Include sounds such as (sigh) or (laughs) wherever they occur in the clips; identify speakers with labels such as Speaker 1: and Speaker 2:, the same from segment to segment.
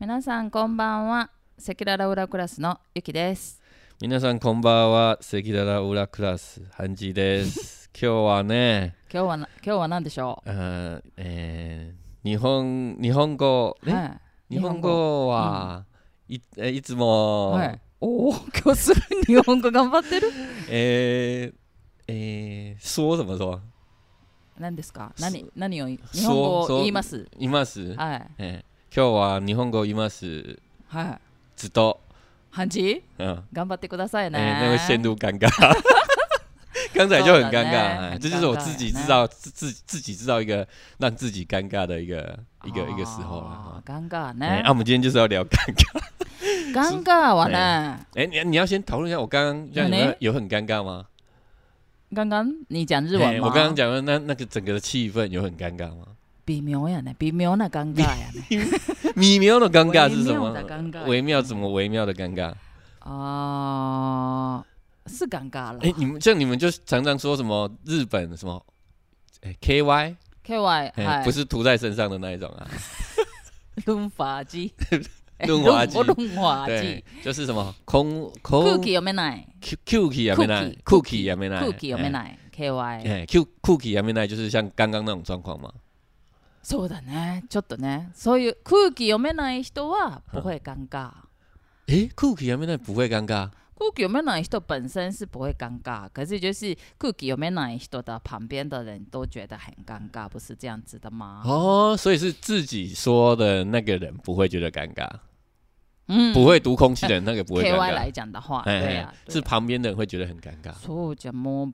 Speaker 1: 皆さんこんばんはセキララウラクラスのゆきです
Speaker 2: 皆さんこんばんは、セキララウラクラス、ハンジです。今日はね、
Speaker 1: 今日はな今日は何でしょ
Speaker 2: あーえー日本日本語、
Speaker 1: う、
Speaker 2: ね
Speaker 1: は
Speaker 2: 日本語はい,、えいつも、
Speaker 1: い、はい、おお今日する日本語頑張ってる
Speaker 2: えーえー、そう怎么说？
Speaker 1: 何ですか
Speaker 2: す
Speaker 1: 何何をい日本語を
Speaker 2: そう
Speaker 1: 言います
Speaker 2: います、
Speaker 1: はい
Speaker 2: えー今日は日本語います。
Speaker 1: はい
Speaker 2: ずっと。
Speaker 1: ハンジ
Speaker 2: うん
Speaker 1: 頑張ってください
Speaker 2: 哎、
Speaker 1: ね、
Speaker 2: 那会陷入尴尬。刚才就很
Speaker 1: 对
Speaker 2: 尴尬，
Speaker 1: 呢
Speaker 2: 哎
Speaker 1: 很
Speaker 2: 这就是我
Speaker 1: 尴尬
Speaker 2: 自己
Speaker 1: 呢
Speaker 2: 知道自自自己知道一个让自己尴尬的一个一个一个时候
Speaker 1: あー
Speaker 2: 了。啊
Speaker 1: ガンガー
Speaker 2: 哎，
Speaker 1: ね、
Speaker 2: 那我们今天就是要聊尴尬。
Speaker 1: ガンガーはね、
Speaker 2: 哎，你你要先讨论一下，我刚刚这样有没
Speaker 1: 哪里
Speaker 2: 有有很尴尬吗？
Speaker 1: ガンガン你讲日文
Speaker 2: 哎
Speaker 1: 吗
Speaker 2: 我刚刚讲的那那个整个的气氛有很尴尬
Speaker 1: (laughs)
Speaker 2: 吗？
Speaker 1: 微妙やね微妙なガンガーや
Speaker 2: (laughs)
Speaker 1: ね
Speaker 2: 米妙的尴尬是什么
Speaker 1: 微妙的尴尬？
Speaker 2: 微妙怎么微妙的尴尬？
Speaker 1: あー是ガンガー
Speaker 2: 哎
Speaker 1: 啦、，
Speaker 2: 你们像你们就常常说什么日本什么，哎 KY，
Speaker 1: k y は
Speaker 2: 哎，
Speaker 1: い
Speaker 2: 不是涂在身上的那一种
Speaker 1: (laughs)
Speaker 2: 啊。
Speaker 1: 润滑剂
Speaker 2: 润滑剂
Speaker 1: え潤潤滑
Speaker 2: 对
Speaker 1: 剂，
Speaker 2: 就是什么空
Speaker 1: 空
Speaker 2: 空
Speaker 1: 気読めない
Speaker 2: Q Q K 也没来
Speaker 1: 空
Speaker 2: ，Q
Speaker 1: 気
Speaker 2: K 也没来，
Speaker 1: 空気読め
Speaker 2: 哎。
Speaker 1: ない KY
Speaker 2: 哎，Q Q K 也没来，就是像刚刚那种状况嘛。
Speaker 1: そうだねちょっとねそういう空気読めない人は不会尴尬
Speaker 2: 哎，Q K 也没来不会尴尬
Speaker 1: 空気読めない人本身是不会尴尬，可是就是空気読めない人的旁边的人都觉得很尴尬，不是这样子的吗？
Speaker 2: 哦，所以是自己说的那个人不会觉得尴尬，
Speaker 1: 嗯
Speaker 2: 不会读空气的人那个不会
Speaker 1: K
Speaker 2: 尴
Speaker 1: Y
Speaker 2: 尬
Speaker 1: 来。讲的话，
Speaker 2: 哎
Speaker 1: 对啊
Speaker 2: 哎，是旁边的人会觉得很尴尬。
Speaker 1: 错节目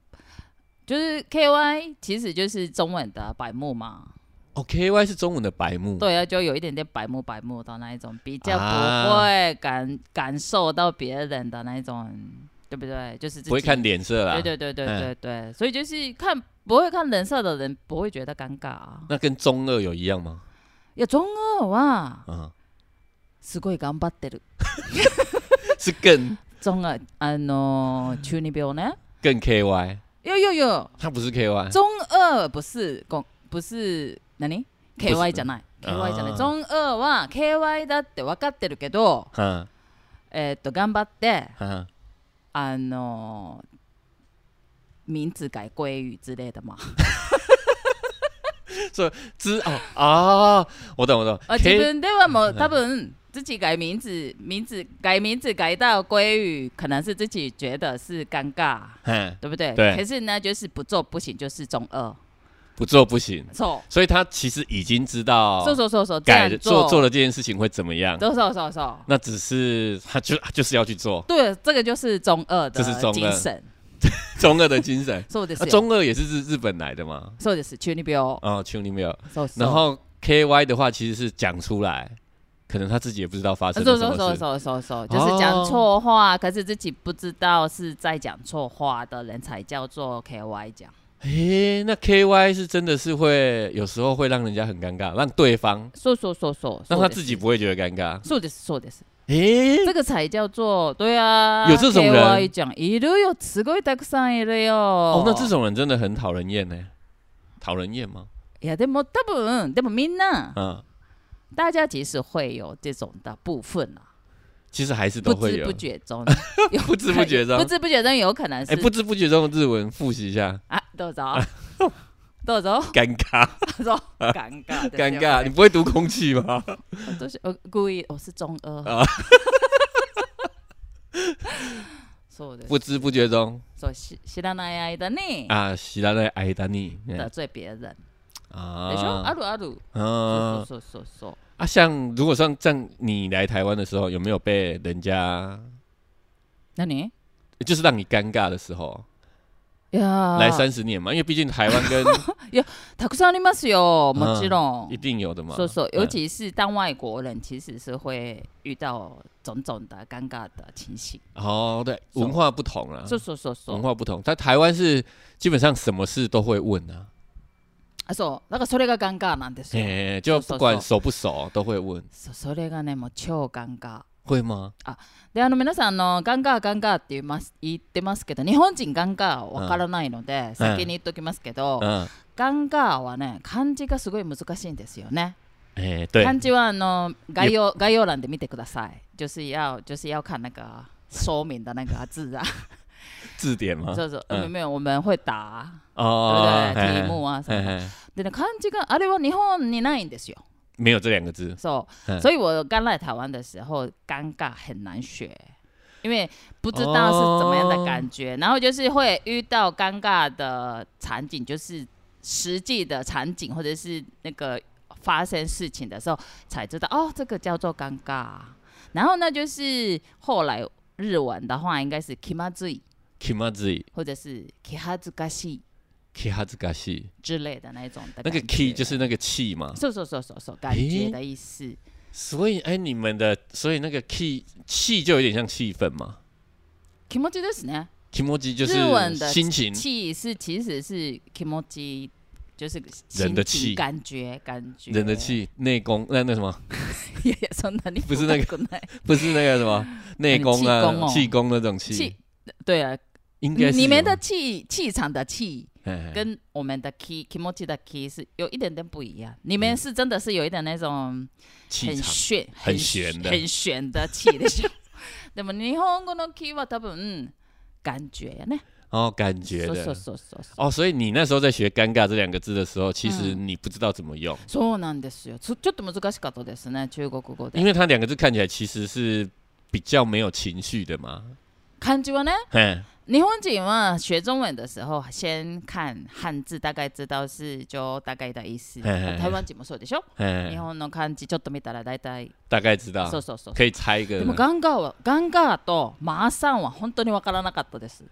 Speaker 1: 就是 K Y，其实就是中文的白目嘛。
Speaker 2: 哦，K Y 是中文的白目，
Speaker 1: 对啊，就有一点点白目白目的那一种，比较不
Speaker 2: 啊
Speaker 1: 会感、感受到别人的那一种，对不对？就是自己
Speaker 2: 不会看脸色啦
Speaker 1: 对。对对对
Speaker 2: 哎
Speaker 1: 对对，所以就是看不会看人设的人不会觉得尴尬啊。
Speaker 2: 那跟中二有一样吗？
Speaker 1: いや中二は
Speaker 2: 啊，
Speaker 1: すごい頑張ってる。
Speaker 2: 是更
Speaker 1: 中二あの中二病ね。
Speaker 2: 更 K Y，
Speaker 1: よよよ。
Speaker 2: 他不是 K Y。
Speaker 1: 中二不是こ不是何
Speaker 2: 不是
Speaker 1: KY じゃない。KY じゃない。
Speaker 2: あー
Speaker 1: 中二は KY だって分かってるけど、
Speaker 2: 哈
Speaker 1: えーっと頑張って
Speaker 2: 哈，
Speaker 1: あの哦名字改国语之类
Speaker 2: (laughs)
Speaker 1: 的嘛。
Speaker 2: 之哦哦，我懂我懂
Speaker 1: あ。自
Speaker 2: K
Speaker 1: 分ではも
Speaker 2: 嗯
Speaker 1: う多分自己改名字，名字改名字改到归语，可能是自己觉得是尴尬，
Speaker 2: 哎，
Speaker 1: 对不对？
Speaker 2: 对
Speaker 1: 可是呢，就是不做不行，就是中二。
Speaker 2: 不做不行。
Speaker 1: 错。
Speaker 2: 所以他其实已经知道
Speaker 1: そうそうそうそう。
Speaker 2: 哦改的
Speaker 1: 这样
Speaker 2: 做做。了这件事情会怎么样，
Speaker 1: そうそうそうそう。
Speaker 2: 那只是他就就是要去做
Speaker 1: 对，这个就是中二的
Speaker 2: 这是中二
Speaker 1: 精神。
Speaker 2: 中二的精神。
Speaker 1: そうです
Speaker 2: 那
Speaker 1: よ。
Speaker 2: 啊中二也是日日本来的嘛？
Speaker 1: そうです。中二病。
Speaker 2: 哦，丘里没有。
Speaker 1: そうそう。
Speaker 2: 然后 K Y 的话其实是讲出来，可能他自己也不知道发生
Speaker 1: そう
Speaker 2: 了
Speaker 1: そう
Speaker 2: 啊
Speaker 1: そ
Speaker 2: 什么
Speaker 1: う
Speaker 2: 事。
Speaker 1: そう
Speaker 2: 哦
Speaker 1: そうそう，就是讲错话，可是自己不知道是在讲错话的人才叫做 KY 讲。
Speaker 2: 诶，那 K Y 是真的是会有时候会让人家很尴尬，让对方
Speaker 1: そうそうそうそう。
Speaker 2: 让他自己不会觉得尴尬。
Speaker 1: そうですそうです。
Speaker 2: 诶，
Speaker 1: 这个才叫做对啊。
Speaker 2: 有这种人
Speaker 1: KY 讲いるよ、すごいたくさんいるよ。
Speaker 2: 哦，那这种人真的很讨人厌呢，讨人厌吗？
Speaker 1: いやでも多分でもみんな
Speaker 2: 嗯，
Speaker 1: 啊大家其实会有这种的部分啊，
Speaker 2: 其实还是
Speaker 1: 不
Speaker 2: 都会
Speaker 1: 知
Speaker 2: 有
Speaker 1: 不。觉中，
Speaker 2: (laughs) 不知不觉中
Speaker 1: (laughs) 不知不觉中有可能
Speaker 2: 哎、
Speaker 1: 是
Speaker 2: 不知不觉中的日文复习一下，
Speaker 1: 啊，豆子哦，豆子
Speaker 2: (laughs)
Speaker 1: 哦，
Speaker 2: 尴尬，
Speaker 1: 他说尴尬，
Speaker 2: 尴尬，你，不会读空气吗？
Speaker 1: 我都是我故意，我是中二。
Speaker 2: 啊，
Speaker 1: そうです。
Speaker 2: 不知不觉中
Speaker 1: そうし知らない間に
Speaker 2: 啊，喜拉在挨达尼
Speaker 1: 得罪别人，でしょ？あ
Speaker 2: 啊，
Speaker 1: るある。
Speaker 2: 嗯
Speaker 1: そうそうそうそう。
Speaker 2: 啊，像如果像这样，你来台湾的时候，有没有被人家
Speaker 1: 何？
Speaker 2: 就是让你尴尬的时候？
Speaker 1: いや
Speaker 2: 来
Speaker 1: ー
Speaker 2: 三十年嘛，因为毕竟台湾
Speaker 1: (laughs)
Speaker 2: 跟
Speaker 1: たくさんありますよ。もちろ
Speaker 2: 一
Speaker 1: ん。
Speaker 2: 定有的嘛，
Speaker 1: そうそう，
Speaker 2: 嗯
Speaker 1: 尤其是当外国人，其实是会遇到种种的尴尬的情形。
Speaker 2: 哦，对，
Speaker 1: So-
Speaker 2: 文化不同啦，
Speaker 1: そうそうそうそ
Speaker 2: 文
Speaker 1: う。
Speaker 2: 化不同，在台湾是基本上什么事都会问啊，
Speaker 1: あ、そう。だからそれが尴尬なんですよ。
Speaker 2: 哎、就
Speaker 1: So- so-
Speaker 2: 不
Speaker 1: so
Speaker 2: 管熟不熟都会问，
Speaker 1: そうそれがねもう超尴尬。
Speaker 2: 会吗？
Speaker 1: であの皆さんあのガンガーガンガーって言います言ってますけど日本人ガンガーわからないので、先に言っときますけど、
Speaker 2: 嗯。
Speaker 1: ガンガーはね漢字がすごい難しいんですよね。
Speaker 2: 哎，对，
Speaker 1: 漢字はあの概要概要欄で見てください。就是要就是要看那个说明的那个字啊，
Speaker 2: 字典吗？
Speaker 1: そうそう、
Speaker 2: 嗯
Speaker 1: 没有我们会打，
Speaker 2: 哦，
Speaker 1: 对不对
Speaker 2: 嘿
Speaker 1: 题目啊什么
Speaker 2: 嘿嘿
Speaker 1: でね漢字があれは日本にないんですよ。
Speaker 2: 没有这两个字，
Speaker 1: そう、
Speaker 2: 嗯
Speaker 1: 所以我刚来台湾的时候，尴尬很难学，因为不知道是怎么样的感觉，然后就是会遇到尴尬的场景，就是实际的场景或者是那个发生事情的时候才知道，哦，这个叫做尴尬。然后呢，就是后来日文的话，应该是 “kimazui”
Speaker 2: 気まずい、
Speaker 1: 或者是 “kihazukashi”
Speaker 2: 気恥ずかしい。
Speaker 1: 之类的那一种的感
Speaker 2: 那
Speaker 1: 觉。
Speaker 2: 个 key 就是那个气嘛，
Speaker 1: 嗖嗖嗖嗖嗖感觉的意思。
Speaker 2: (laughs) 所以哎，你们的所以那个 key 气就有点像气氛嘛，
Speaker 1: kimoji ですね。
Speaker 2: 気持ち就
Speaker 1: 日文
Speaker 2: 是
Speaker 1: 的
Speaker 2: 心情，
Speaker 1: 气是其实是 k i m o j i 就是
Speaker 2: 人的
Speaker 1: 心情
Speaker 2: 气
Speaker 1: 感觉感觉
Speaker 2: 人
Speaker 1: (laughs)
Speaker 2: 的，气，内功那那什么，
Speaker 1: いやいやそんなに
Speaker 2: 不是那个
Speaker 1: 深くない
Speaker 2: 不是那个
Speaker 1: (laughs)
Speaker 2: 什么内功
Speaker 1: 气功
Speaker 2: 啊，
Speaker 1: 哦
Speaker 2: 气功那种气
Speaker 1: 气，，对啊，
Speaker 2: 应该是
Speaker 1: 你们的
Speaker 2: 吧
Speaker 1: 气气场的气
Speaker 2: 哎
Speaker 1: 跟我们的 key k i m o j i 的 key 是有一点点不一样，你们是真的是有一点那种
Speaker 2: 气
Speaker 1: 很
Speaker 2: 场
Speaker 1: 炫、
Speaker 2: 很玄的
Speaker 1: 很玄的气で (laughs) しょ。でも日本語の key は多分うん感觉やね。
Speaker 2: 哦，感觉
Speaker 1: そうそう
Speaker 2: 的。
Speaker 1: そうそうそう。
Speaker 2: 哦，所以你那时候在学“尴尬”这两个字的时候，其
Speaker 1: 嗯
Speaker 2: 实你不知道怎么用，
Speaker 1: そうなんですよ。ちょちょっと難しかったですね、中国語で
Speaker 2: 因。为它两个字看起来其实是比较没有情绪的嘛。
Speaker 1: 漢字はね、
Speaker 2: 嘿，
Speaker 1: 日本人は学中文的时候，先看汉字，大概知道是就大概的意思。
Speaker 2: 嘿嘿嘿
Speaker 1: 台湾人もそうでしょ。日
Speaker 2: 嘿，
Speaker 1: 本の漢字ちょっと見たら大体、
Speaker 2: 大概知道
Speaker 1: そ，うそうそう。
Speaker 2: 可以猜一个
Speaker 1: でも
Speaker 2: 人。
Speaker 1: ガンガーはガンガーとマーさんは本当にわからなかったです。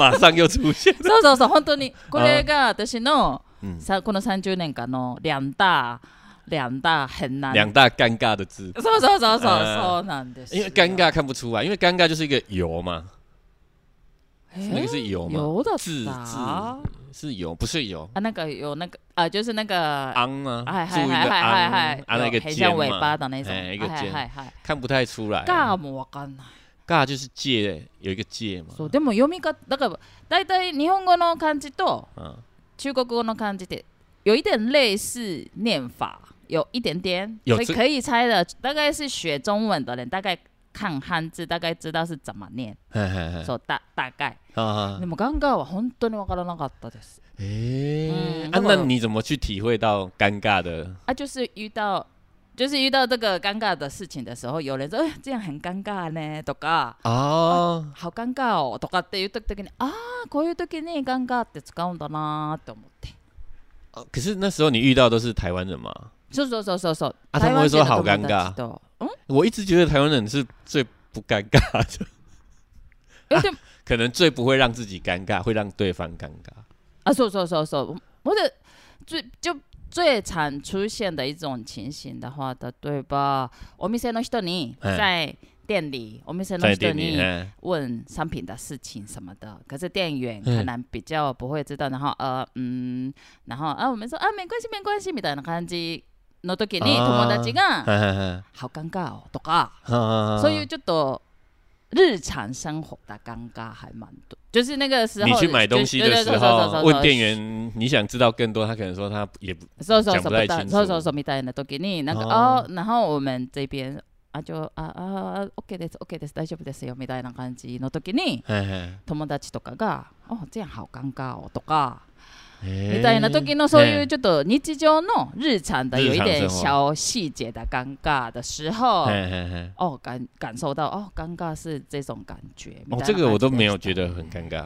Speaker 2: 马上又
Speaker 1: (laughs)
Speaker 2: 出现。
Speaker 1: そうそうそう本当にこれが私の
Speaker 2: 嗯，
Speaker 1: さこの30年間の两大两大很難。
Speaker 2: 两大尴尬的字，
Speaker 1: そうそうそうそうそ
Speaker 2: うん
Speaker 1: うなんですよ。
Speaker 2: 因为尴尬看不出来，因为尴尬就是一个油嘛，
Speaker 1: え
Speaker 2: 那个是油嘛，
Speaker 1: 有的
Speaker 2: 字
Speaker 1: 啊
Speaker 2: 字是油，不是油，
Speaker 1: 啊那个有那个啊哎就是那个
Speaker 2: 昂吗？
Speaker 1: 嗨
Speaker 2: 注
Speaker 1: 嗨
Speaker 2: 音
Speaker 1: 嗨
Speaker 2: 的
Speaker 1: 嗨
Speaker 2: 昂，
Speaker 1: 嗨
Speaker 2: 啊那个
Speaker 1: 哎很
Speaker 2: 尖
Speaker 1: 像
Speaker 2: 嘛，
Speaker 1: 尾巴的那种，
Speaker 2: 哎一个
Speaker 1: 嗨
Speaker 2: 尖
Speaker 1: 嗨嗨
Speaker 2: 看不太出来。
Speaker 1: がもうわかんない。
Speaker 2: 尬就是界，有一个界嘛。
Speaker 1: そうでも読み方だから大体日本語の漢字と
Speaker 2: 嗯，
Speaker 1: 中国語の漢字って有一点类似念法，有一点点，
Speaker 2: 有
Speaker 1: 所以
Speaker 2: 这
Speaker 1: 可以猜的，大概是学中文的人大概看汉字大概知道是怎么念，
Speaker 2: 嘿嘿嘿
Speaker 1: そうだ大概。
Speaker 2: 啊
Speaker 1: で，もガンガーは本当にわからなかったです。
Speaker 2: 哎
Speaker 1: 嗯，
Speaker 2: 啊，
Speaker 1: 那么
Speaker 2: 那你怎么去体会到尴尬的？
Speaker 1: 啊，就是遇到。就是遇到这个尴尬的事情的时候，有人说：“哎，这样很尴尬呢。”とか、
Speaker 2: 哦，
Speaker 1: 好尴尬哦とかっていう時にああこういう時にガンガーって使うんだなーって思って
Speaker 2: 哦可是那时候你遇到都是台湾人嘛？
Speaker 1: そうそうそうそうそう
Speaker 2: あ他们会说好尴
Speaker 1: 台湾人
Speaker 2: 尬
Speaker 1: 的友達とうん
Speaker 2: 我一直觉得台湾人是最不尴
Speaker 1: (laughs)
Speaker 2: 尬的，
Speaker 1: え
Speaker 2: 啊
Speaker 1: でも
Speaker 2: 可能最不会让自己尴尬，会让对方尴尬。
Speaker 1: あそうそうそうそう我的最就最常出现的一种情形的话例えばお店の人に
Speaker 2: はい
Speaker 1: 在店里お店の
Speaker 2: 在
Speaker 1: 人
Speaker 2: 店里，
Speaker 1: に
Speaker 2: 哎
Speaker 1: 问商品的事情什么的，可是店员可能比较不会知道，然后呃嗯，然后啊我们说啊没关系没关系みたいな感じの時に
Speaker 2: あ
Speaker 1: 友
Speaker 2: ー
Speaker 1: 達が
Speaker 2: 嘿嘿嘿
Speaker 1: 好尴尬哦とか、
Speaker 2: 啊
Speaker 1: 啊所以就都日常生活的尴尬还蛮多，就是那个时候
Speaker 2: 你去买东西
Speaker 1: 对
Speaker 2: 的
Speaker 1: 对
Speaker 2: 时
Speaker 1: 对对对
Speaker 2: 候，
Speaker 1: 对
Speaker 2: 问店员你想知道更多，他可能说他也不
Speaker 1: そうそう
Speaker 2: 讲
Speaker 1: そ
Speaker 2: 不
Speaker 1: う不
Speaker 2: 太清
Speaker 1: 大
Speaker 2: 楚
Speaker 1: そうそうそうみたいな時になんか
Speaker 2: あ
Speaker 1: あ然后我们这边あ就ああ OK です OK です大丈夫ですよみたいな感じの時に
Speaker 2: 嘿嘿
Speaker 1: 友達とかがお这样好尴尬哦とか
Speaker 2: 哎
Speaker 1: みたいな時のそういう
Speaker 2: 嘿
Speaker 1: ちょっと日常の日常的有一
Speaker 2: 日
Speaker 1: 点
Speaker 2: 常生活
Speaker 1: 小细节的尴尬的时候。
Speaker 2: 嘿嘿嘿
Speaker 1: 哦，感感受到哦，尴尬是这种感觉。
Speaker 2: 哦，这个我都没有觉
Speaker 1: 得。
Speaker 2: 得很尴尬。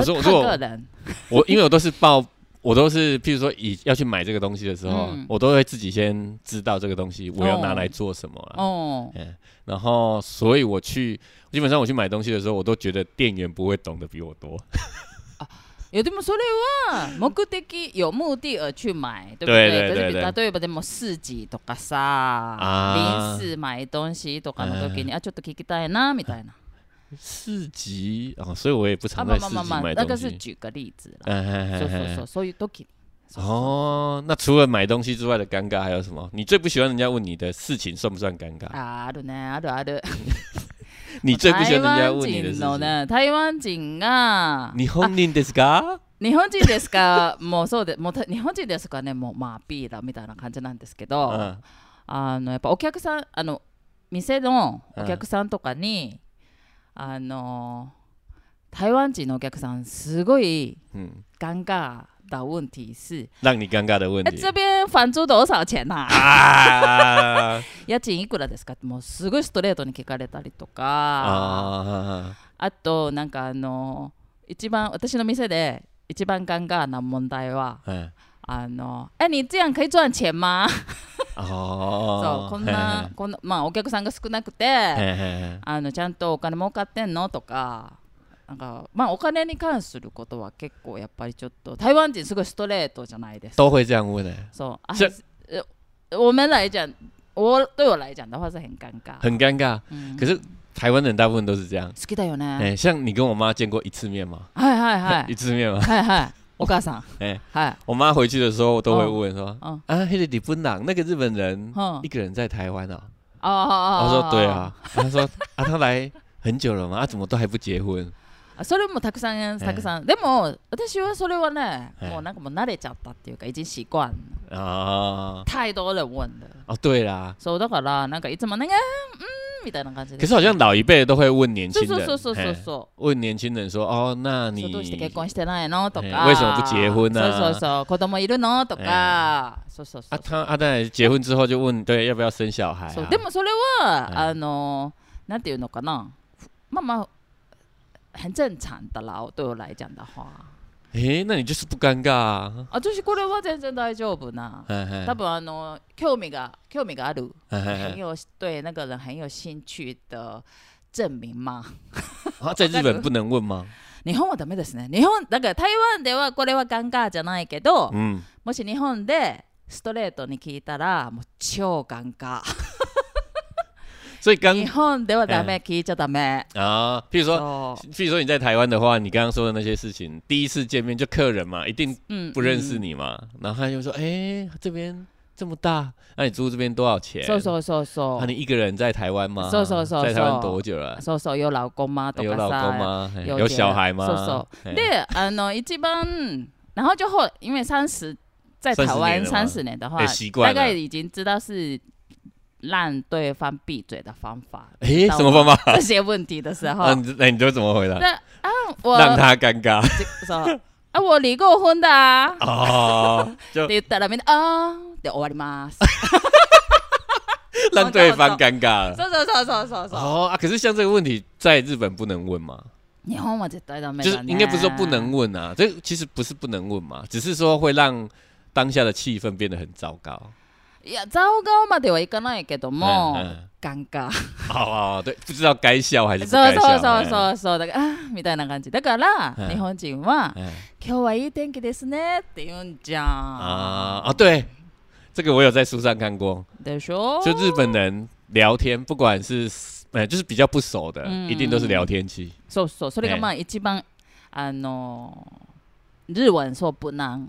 Speaker 1: 我
Speaker 2: 我说我
Speaker 1: 看
Speaker 2: 说
Speaker 1: 个
Speaker 2: 我
Speaker 1: 人，
Speaker 2: 我因为我都是报，我都是譬如说以要去买这个东西的时候
Speaker 1: 嗯，
Speaker 2: 我都会自己先知道这个东西我要
Speaker 1: 哦
Speaker 2: 拿来做什么啊啦。
Speaker 1: 哦，
Speaker 2: 然后所以我去基本上我去买东西的时候，我都觉得店员不会懂得比我多。
Speaker 1: いやでもそれは目的有目的而去买，对不
Speaker 2: 对对对
Speaker 1: 可
Speaker 2: 对
Speaker 1: 是例えばでも市集とか
Speaker 2: あ
Speaker 1: さ、
Speaker 2: ー
Speaker 1: 臨時買い東西とかの時にあちょっと聞きたいなみたいな。
Speaker 2: 市集啊，所以我也不
Speaker 1: あ
Speaker 2: 常
Speaker 1: ま
Speaker 2: 在
Speaker 1: あ
Speaker 2: 市
Speaker 1: まあまあ
Speaker 2: 集
Speaker 1: まあ
Speaker 2: 买
Speaker 1: 那个
Speaker 2: 东
Speaker 1: 是
Speaker 2: 西。
Speaker 1: 举个例子啦。
Speaker 2: 嗯嘿嘿
Speaker 1: そうそう
Speaker 2: 嘿嘿
Speaker 1: そうそういう時に。そうそう
Speaker 2: 哦，那除了买东西之外的尴尬还有什么？你最不喜欢人家问你的事情算不算尴尬？
Speaker 1: ああるねあるある。
Speaker 2: 你最不喜欢人
Speaker 1: 台
Speaker 2: 家
Speaker 1: 湾
Speaker 2: 问你的
Speaker 1: 人
Speaker 2: 事
Speaker 1: の
Speaker 2: 情？
Speaker 1: ね台湾人が
Speaker 2: 你 h o m e ですか？
Speaker 1: 日本人ですか (laughs) もうそうでもうた日本人ですかねもうまあ B だみたいな感じなんですけど、
Speaker 2: うん
Speaker 1: あのやっぱお客さんあの店のお客さんとかに、あの台湾人のお客さんすごい
Speaker 2: 嗯，
Speaker 1: 尴尬的问题是，
Speaker 2: 让你尴尬的问
Speaker 1: 哎、
Speaker 2: 题
Speaker 1: 这边房租多少钱呐、
Speaker 2: 啊
Speaker 1: 家賃いくらですかってもうすごいストレートに聞かれたりとか、
Speaker 2: 啊，
Speaker 1: あとなんかあの一番私の店で一番尴尬な問題は。
Speaker 2: 嗯，
Speaker 1: あのえ、你这样可以赚钱吗？そ (laughs)
Speaker 2: 哦，
Speaker 1: う、こんな、こんな、まあ、お客さんが少なくて
Speaker 2: 嘿，嘿嘿嘿
Speaker 1: あのちゃんとお金儲かってんのとかなんかまあお金に関することは結構やっぱりちょっと台湾人すごいストレートじゃないですか。
Speaker 2: 都会这样问的，
Speaker 1: そうあ
Speaker 2: じゃ
Speaker 1: え我们来讲我对我来讲的话是很尴尬。
Speaker 2: 很尴尬。
Speaker 1: 嗯
Speaker 2: 可是台湾人大部分都是这样。
Speaker 1: 好きだよね。
Speaker 2: 哎，像你跟我妈见过一次面吗？
Speaker 1: はいはいは
Speaker 2: (laughs) 一
Speaker 1: い
Speaker 2: 次面吗？
Speaker 1: はいはい。お母さん。
Speaker 2: 哎，
Speaker 1: はい。
Speaker 2: 我妈回去的时候都会问说
Speaker 1: 嗯，
Speaker 2: 啊，黑的日本人那个日本人
Speaker 1: 嗯
Speaker 2: 一个人在台湾啊。
Speaker 1: 哦哦
Speaker 2: 我
Speaker 1: 哦。
Speaker 2: 说对。啊，她说啊，他来很久了嘛，啊，怎么都还不结婚？
Speaker 1: それもたくさんたくさん。でも私はそれはね、
Speaker 2: ええ
Speaker 1: もうなんかもう慣れちゃったっていうか、已经习惯了。
Speaker 2: 啊，
Speaker 1: 太多人问了。
Speaker 2: 哦，对啦。
Speaker 1: そうだからなんかいつもなんかうんみたいな感じで。
Speaker 2: 可是好像老一辈都会问年轻
Speaker 1: そう
Speaker 2: 人，
Speaker 1: そうそうそう
Speaker 2: 嘿
Speaker 1: そう。
Speaker 2: 问年轻人说：“哦，
Speaker 1: そう
Speaker 2: 那你
Speaker 1: どうして結婚してないのとか、
Speaker 2: えー为什么不结婚啊
Speaker 1: そうそうそう、子供いるのとか、そうそうそ
Speaker 2: 啊？
Speaker 1: う。
Speaker 2: 他啊，当然结婚之后就问，对，要不要生小孩、
Speaker 1: そう
Speaker 2: 啊？
Speaker 1: でもそれは、
Speaker 2: えー
Speaker 1: あのなんていうのかな、まあまあ很正常的啦，对我来讲的话。
Speaker 2: 诶、那你就是不尴尬啊？
Speaker 1: 私これは全然大丈夫な。
Speaker 2: 嘿嘿 (laughs)
Speaker 1: 多分あの興味が興味がある、
Speaker 2: 嘿嘿
Speaker 1: 很
Speaker 2: 嘿
Speaker 1: 有对那个人很有兴趣的证明嘛。
Speaker 2: (laughs) 啊，在日本不能问吗？
Speaker 1: 日本はダメですね。日本だから台湾ではこれはガンガーじゃないけど。
Speaker 2: 嗯，
Speaker 1: もし日本でストレートに聞いたらもう超眼科
Speaker 2: 所以刚
Speaker 1: 日本ではダメ、聞いちゃダメ
Speaker 2: 啊，譬如说，
Speaker 1: そ
Speaker 2: 譬如说你在台湾的话，你刚刚说的那些事情，第一次见面就客人嘛，一定
Speaker 1: う、うん、
Speaker 2: 不认识
Speaker 1: うん
Speaker 2: 你嘛，然后他就说：“诶，这边这么大，那、你租这边多少钱？”
Speaker 1: そうそうそうそ
Speaker 2: 啊，你一个人在台湾吗？
Speaker 1: そうそうそう
Speaker 2: 在台湾多久了
Speaker 1: う？そうそう有老公吗と
Speaker 2: 有
Speaker 1: か
Speaker 2: 老公
Speaker 1: さ
Speaker 2: 吗？嘿
Speaker 1: 有
Speaker 2: 有啊
Speaker 1: 结
Speaker 2: 小
Speaker 1: 了
Speaker 2: 孩吗？哎
Speaker 1: 瘦瘦
Speaker 2: 嘿
Speaker 1: であの一番然后就后因为三十在台湾
Speaker 2: 30年了吗
Speaker 1: 三十年的话
Speaker 2: 哎习惯
Speaker 1: 大
Speaker 2: 了
Speaker 1: 概已经知道是让对方闭嘴的方法
Speaker 2: 诶，什么方法？
Speaker 1: 这些问题的时
Speaker 2: (laughs) 那
Speaker 1: 候
Speaker 2: 你就那你都怎么回答？
Speaker 1: 那我
Speaker 2: 让他尴 (laughs) 尬
Speaker 1: そうあ我离过婚的啊
Speaker 2: 哦，
Speaker 1: って言ったらみんな「あー」で終わります。
Speaker 2: 让对方尴尬了。
Speaker 1: そうそうそうそうそうそ
Speaker 2: 哦啊，可是像这个问题在日本不能问嘛，
Speaker 1: う。日本は絶対ダメ
Speaker 2: 就
Speaker 1: だ
Speaker 2: 是
Speaker 1: ね。
Speaker 2: 应该不是说不能问啊，这其实不是不能问嘛，只是说会让当下的气氛变得很糟糕。
Speaker 1: いや、ザオガオまではいかないけども
Speaker 2: 嗯，嗯
Speaker 1: 眼科。
Speaker 2: 哦哦，对，不知道该笑还是
Speaker 1: そう
Speaker 2: 不该
Speaker 1: そうそ
Speaker 2: 笑。
Speaker 1: う
Speaker 2: 哎
Speaker 1: そうそう。だから、あーみたいな感じ。だから、
Speaker 2: うん
Speaker 1: 日本人は、
Speaker 2: 哎
Speaker 1: 今日はいい天気ですねって言うんじゃん。
Speaker 2: 啊啊，对，这个我有在书上看过，
Speaker 1: でしょ
Speaker 2: 就日本人聊天，不管是呃，就是比较不熟的，
Speaker 1: 嗯
Speaker 2: 一定都是聊天气。
Speaker 1: そうそう。それがまあ一番、あのー、日文そう、不難。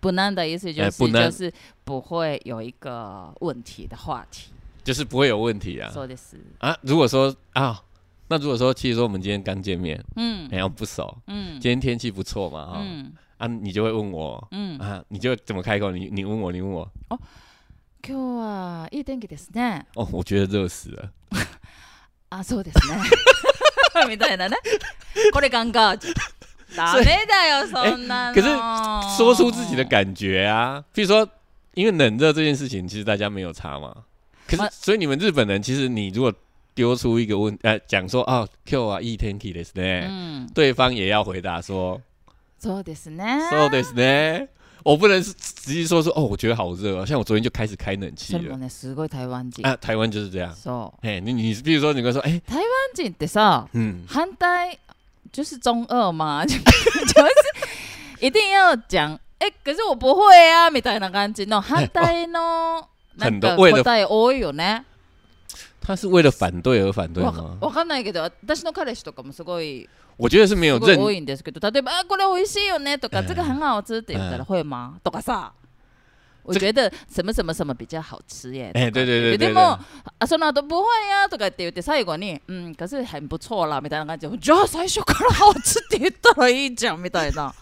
Speaker 1: 不難的意思就
Speaker 2: 哎
Speaker 1: 是
Speaker 2: 不
Speaker 1: 就
Speaker 2: 難
Speaker 1: 是不会有一个问题的话题。
Speaker 2: 就是不会有问题啊
Speaker 1: そうです。
Speaker 2: 啊！如果说啊，那如果说，其实说我们今天刚见面，
Speaker 1: 嗯
Speaker 2: 然后不熟，
Speaker 1: 嗯
Speaker 2: 今天天气不错嘛，哈、
Speaker 1: 嗯
Speaker 2: 啊，你就会问我
Speaker 1: 嗯。
Speaker 2: 啊，你就怎么开口？你你问我，你问我，
Speaker 1: 今日はいい天気ですね。
Speaker 2: 哦，我觉得热死了，
Speaker 1: あ、そうですね。みたいなね。これガンガージ。ダメだよ、そんなの。
Speaker 2: 可是
Speaker 1: 哦
Speaker 2: 说出自己的感觉啊。譬如说，因为冷热这件事情，其实大家没有差嘛。可是
Speaker 1: 啊，
Speaker 2: 所以你们日本人，其实你如果丢出一个问，呃，讲说啊，Q 啊，一天气的是
Speaker 1: う
Speaker 2: 呢，
Speaker 1: ん。
Speaker 2: 对方也要回答说，
Speaker 1: そうですね。
Speaker 2: そうですね。我不能是直接说说哦，我觉得好热啊，像我昨天就开始开冷气
Speaker 1: それ
Speaker 2: 了
Speaker 1: も。ね、すごい台湾人。
Speaker 2: 啊，台湾就是这样。
Speaker 1: そう。
Speaker 2: 哎，你你比如说你跟我说，哎、
Speaker 1: 台湾人ってさ、
Speaker 2: 嗯，
Speaker 1: 反対、就是中二嘛。 (laughs) 就是、一定要讲、え、可是我不会啊、みたいな感じの反対 (laughs) の、なんか
Speaker 2: 很多为了
Speaker 1: 答え多いよ (laughs) ね。
Speaker 2: 他是为了反对而反对
Speaker 1: わ
Speaker 2: 吗？
Speaker 1: かわかんないけど、私の彼氏とかもすごい
Speaker 2: 我觉得是没有
Speaker 1: すごい
Speaker 2: 认
Speaker 1: 多いんですけど例えば「あこれ美味しいよね」とか「
Speaker 2: 嗯
Speaker 1: 这个很好吃」って言ったら「会吗?」とかさ我觉得什么什么什么比较好吃耶。
Speaker 2: 哎对对对对
Speaker 1: でも、あその後不会やとかって言って最後に、
Speaker 2: (laughs)
Speaker 1: うん、可是很不错啦みたいな感じで、じゃあ最初から好吃って言ったらいいじゃんみたいな。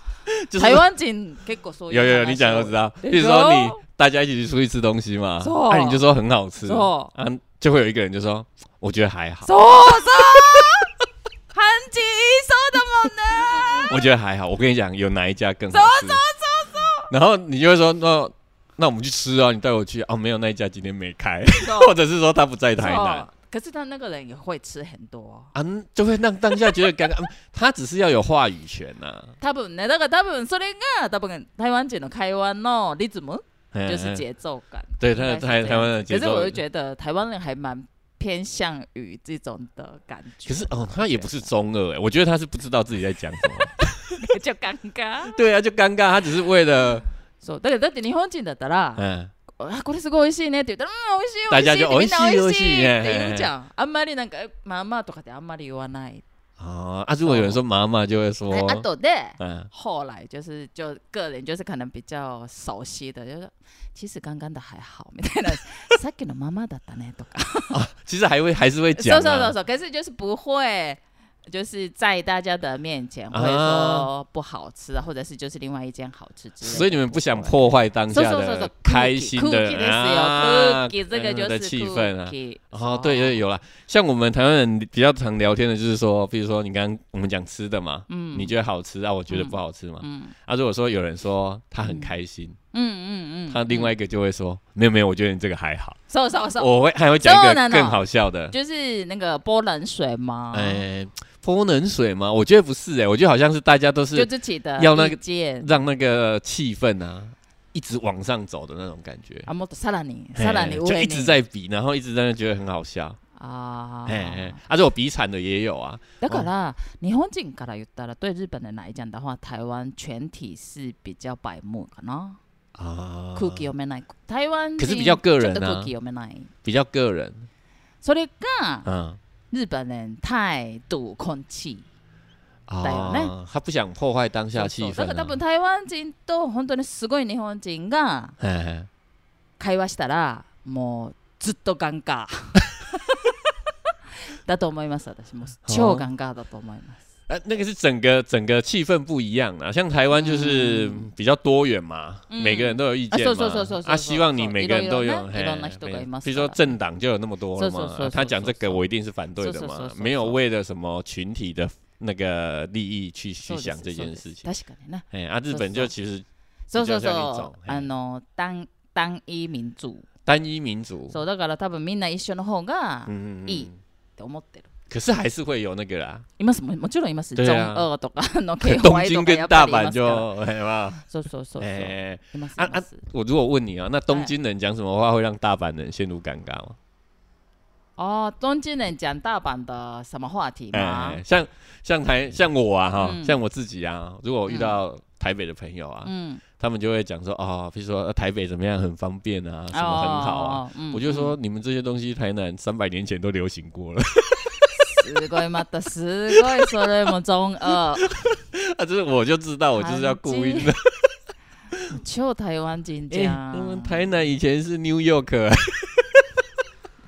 Speaker 2: 就是
Speaker 1: 台湾景结果说
Speaker 2: 有有有，你讲就知道。比如说你大家一起去出去吃东西嘛，
Speaker 1: 错
Speaker 2: 啊，你就说很好吃，
Speaker 1: 错
Speaker 2: 啊，就会有一个人就说我觉得还好，
Speaker 1: 说说韩景说的么呢？
Speaker 2: (laughs) 我觉得还好。我跟你讲，有哪一家更好吃？然后你就会说那那我们去吃啊，你带我去啊，没有那一家今天没开， (laughs) 或者是说他不在台南
Speaker 1: 错。可是他那个人也会吃很多。
Speaker 2: 啊，嗯就会让当下觉得尴尬。嗯 (laughs) 他只是要有话语权呐，
Speaker 1: 多分ね、だから多分それが多分台湾人の会話のリズム
Speaker 2: 嗯
Speaker 1: 就是
Speaker 2: 嗯
Speaker 1: 节奏感。
Speaker 2: 对
Speaker 1: 应
Speaker 2: 他
Speaker 1: 该是
Speaker 2: 台
Speaker 1: 这样
Speaker 2: 台湾的节
Speaker 1: 可是我
Speaker 2: 奏
Speaker 1: 就。觉得台湾人还蛮偏向于这种的感觉。
Speaker 2: 可是哦，他也不是中二哎，我觉得他是不知道自己在讲什么。
Speaker 1: (laughs) 就尴尬。
Speaker 2: 对啊，就尴尬，他只是为了
Speaker 1: そうだけどだって日本人だったら、
Speaker 2: 嗯。
Speaker 1: あこれすごい美味しいねって言ったら、うん、美味しい、
Speaker 2: 大家就
Speaker 1: 美味しいって、みんな美味しい
Speaker 2: 美味しいね
Speaker 1: って言うじゃん。あんまりなんか、えまあまあとかってあんまり言わない。
Speaker 2: 哦啊，如果有人说妈妈，就会说
Speaker 1: 哎，あとで、
Speaker 2: 嗯，
Speaker 1: 后来就是就个人就是可能比较熟悉的，就是其实刚刚的还好，みたいな。 (laughs) さっきのままだったねとか。
Speaker 2: 其实还会还是会讲
Speaker 1: そう
Speaker 2: 啊，
Speaker 1: そうそうそう，可是就是不会。就是在大家的面前会说
Speaker 2: 啊
Speaker 1: 不好吃啊，或者是就是另外一间好吃之类的。
Speaker 2: 所以你们不想破坏当
Speaker 1: 所
Speaker 2: 下
Speaker 1: 以说说说
Speaker 2: 的开心
Speaker 1: cookie
Speaker 2: 的
Speaker 1: 的
Speaker 2: 啊
Speaker 1: cookie 这个
Speaker 2: 嗯
Speaker 1: 就是
Speaker 2: 的气氛啊。
Speaker 1: cookie
Speaker 2: 哦，对，有，有啦。像我们台湾人比较常聊天的，就是说，比如说你刚刚我们讲吃的嘛，
Speaker 1: 嗯，
Speaker 2: 你觉得好吃啊，我觉得不好吃嘛。
Speaker 1: 嗯
Speaker 2: 啊，如果说有人说他很开心，
Speaker 1: 嗯嗯嗯，
Speaker 2: 他另外一哦个就会说，没有没有，我觉得你这个还好。
Speaker 1: 搜搜搜，
Speaker 2: 我会还会讲一
Speaker 1: そうな
Speaker 2: 个
Speaker 1: の
Speaker 2: 更好笑的，
Speaker 1: 就是那个波冷水吗？
Speaker 2: 哎，泼冷水吗？我觉得不是哎，我觉得好像是大家都是
Speaker 1: 就自己的
Speaker 2: 要那个嗯
Speaker 1: 意见
Speaker 2: 让那个气氛啊一直往上走的那种感觉。
Speaker 1: 啊，もっとさらに
Speaker 2: 嘿
Speaker 1: さらに
Speaker 2: 就
Speaker 1: 上
Speaker 2: 一
Speaker 1: に
Speaker 2: 直在比，然后一直在那觉得很好笑，
Speaker 1: 啊
Speaker 2: 哎、哎，而且我比惨的也有啊，
Speaker 1: だから日本人から言ったら对日本人来讲的话，台湾全体是比较白目かな。
Speaker 2: 啊
Speaker 1: Cookie 読めない。台湾人
Speaker 2: 可是比较个人
Speaker 1: ちょっ
Speaker 2: 啊
Speaker 1: と Cookie 読めない。
Speaker 2: 比较个人，
Speaker 1: それが
Speaker 2: 嗯，
Speaker 1: 日本人太赌空气。对哦
Speaker 2: 啊，他不想破坏当下气
Speaker 1: そうそうだ
Speaker 2: 氛、
Speaker 1: から多分
Speaker 2: 啊，
Speaker 1: 台湾人と本当にすごい日本人が
Speaker 2: 哎哎，
Speaker 1: 会話したらもうずっと眼科 (laughs) だと思います私も超眼科だと思います
Speaker 2: 呃，那个是整个整个气氛不一样啊，像台湾就是比较多元嘛，
Speaker 1: 嗯
Speaker 2: 每个人都有意见
Speaker 1: 啊そうそうそうそう
Speaker 2: 嘛，
Speaker 1: そう
Speaker 2: 啊，希望你每个人都
Speaker 1: いろい
Speaker 2: 有，
Speaker 1: ろね
Speaker 2: 嘿
Speaker 1: いろんな人がいますから
Speaker 2: 比如说政党就有那么多了
Speaker 1: そうそうそうそう
Speaker 2: 嘛
Speaker 1: そう，
Speaker 2: 他讲这个我一定是反对的
Speaker 1: そうそう
Speaker 2: 嘛
Speaker 1: そう，そう
Speaker 2: 没有为了什么群体的那个利益去
Speaker 1: そう
Speaker 2: 去
Speaker 1: です
Speaker 2: 想这件事情
Speaker 1: そう。です確かにな
Speaker 2: 哎、啊，日本就其实
Speaker 1: そうそう
Speaker 2: 比較像一
Speaker 1: そ
Speaker 2: 種
Speaker 1: う
Speaker 2: はい
Speaker 1: あの単単一民族
Speaker 2: 单一民族，
Speaker 1: そうだから多分みんな一緒の方がっ
Speaker 2: 嗯
Speaker 1: いいて思ってる
Speaker 2: 可是还是会有那个啦，
Speaker 1: いますもんもちろんいますジ
Speaker 2: 对
Speaker 1: ョ
Speaker 2: 啊
Speaker 1: ン・オーとかあ (laughs) の KY と
Speaker 2: 东京
Speaker 1: か
Speaker 2: 跟
Speaker 1: やっぱ
Speaker 2: 大
Speaker 1: りいま
Speaker 2: 阪
Speaker 1: すから
Speaker 2: 就哎嘛，
Speaker 1: そうそうそうそうい
Speaker 2: 哎，
Speaker 1: ます
Speaker 2: 啊
Speaker 1: います
Speaker 2: 我如果问你啊，那东京人讲什么话会让大阪人陷入尴尬吗？
Speaker 1: あー東京人讲大阪的什么话题吗
Speaker 2: 哎，像像台像我啊哈，
Speaker 1: 嗯
Speaker 2: 像我自己啊，如果遇到台北的朋友啊，
Speaker 1: 嗯
Speaker 2: 他们就会讲说哦，比如说呃台北怎么样很方便啊，什么很好啊。
Speaker 1: 哦，嗯
Speaker 2: 我就说，你们这些东西，台南三百年前都流行过了 (laughs)
Speaker 1: すごいまたすごいそれも中二
Speaker 2: 啊！就是我就知道，我就是要故意
Speaker 1: (laughs)
Speaker 2: 的。
Speaker 1: 超台湾人じ
Speaker 2: 哎，
Speaker 1: ゃ
Speaker 2: 我们
Speaker 1: ん。
Speaker 2: 台南以前是 New York，啊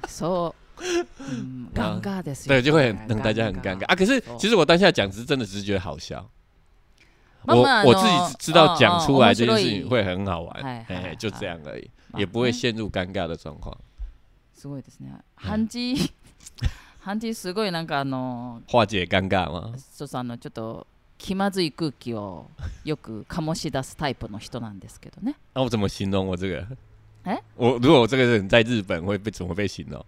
Speaker 1: そう、うん
Speaker 2: 啊
Speaker 1: 尴尬ですよ。
Speaker 2: (laughs) 对，就会很让大家很尴尬。啊。可是
Speaker 1: 哦
Speaker 2: 其实我当下讲只是真的只是觉得好笑，
Speaker 1: まあまあ
Speaker 2: 我我
Speaker 1: あ
Speaker 2: 自
Speaker 1: の
Speaker 2: 己知道讲出来
Speaker 1: 嗯嗯
Speaker 2: 这件事
Speaker 1: 面白
Speaker 2: 情
Speaker 1: い
Speaker 2: 会很好玩，
Speaker 1: 哎
Speaker 2: 哎、
Speaker 1: 哎哎
Speaker 2: 就这样而已，
Speaker 1: 哎
Speaker 2: 也不会陷入尴尬的状况。
Speaker 1: すごいですね。ハンジ (laughs) ハンジすごいなんかあの
Speaker 2: 化解尴尬吗？
Speaker 1: そうそうあのちょっと気まずい空気をよく醸し出すタイプの人なんですけどね。
Speaker 2: 那、我怎么形容我这个？
Speaker 1: 哎
Speaker 2: 我如果我这个人在日本会被怎么被形容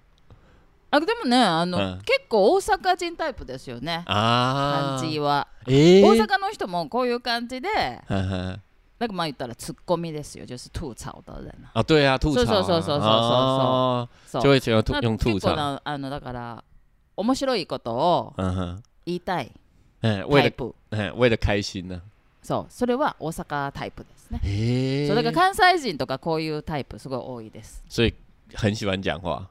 Speaker 1: あでもねあの、
Speaker 2: うん
Speaker 1: 結構大阪人タイプですよね。ハ
Speaker 2: 啊
Speaker 1: ン？ジは、
Speaker 2: 诶
Speaker 1: 大阪の人もこういう感じで。
Speaker 2: 哈哈
Speaker 1: なんかまあ言ったらツッコミですよ、就是吐槽的人啊。
Speaker 2: 啊，对啊，吐槽、
Speaker 1: そ
Speaker 2: 啊，
Speaker 1: うそうそうそうそうそう
Speaker 2: 哦
Speaker 1: そう
Speaker 2: 就会喜欢吐
Speaker 1: な
Speaker 2: 用吐
Speaker 1: 結構
Speaker 2: 槽，
Speaker 1: なあのだから面白いことを
Speaker 2: 嗯哼，
Speaker 1: 言いたい
Speaker 2: 哎，为
Speaker 1: タイ
Speaker 2: 了
Speaker 1: プ。
Speaker 2: 哎为了开心呢、
Speaker 1: そう、それは大阪タイプですね。
Speaker 2: 诶
Speaker 1: そうだから関西人とかこういうタイプすごい多いです。
Speaker 2: 所以很喜欢讲话。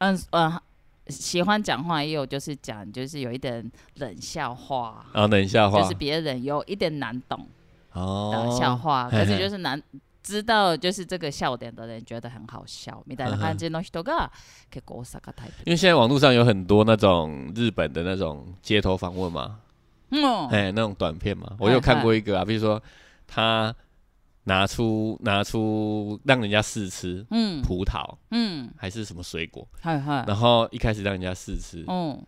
Speaker 1: 嗯嗯，喜欢讲话也有就是讲就是有一点冷笑话。
Speaker 2: 然哦后等一下话，
Speaker 1: 就是别人有一点难懂的
Speaker 2: 哦，
Speaker 1: 笑话，
Speaker 2: 嘿
Speaker 1: 可
Speaker 2: 嘿
Speaker 1: 是就是难知道就是这个笑点的人觉得很好笑，みた
Speaker 2: 嗯
Speaker 1: いな感じの人が結構大阪タイプ。
Speaker 2: 因为现在网络上有很多那种日本的那种街头访问嘛，
Speaker 1: 嗯，
Speaker 2: 哎、那种短片嘛，我有
Speaker 1: 哎
Speaker 2: 看过一个啊，比如说他拿出拿出让人家试吃
Speaker 1: 嗯
Speaker 2: 葡萄
Speaker 1: 嗯，
Speaker 2: 还是什么水果，
Speaker 1: 嗨嗨，
Speaker 2: 然后一开始让人家试吃，
Speaker 1: 哦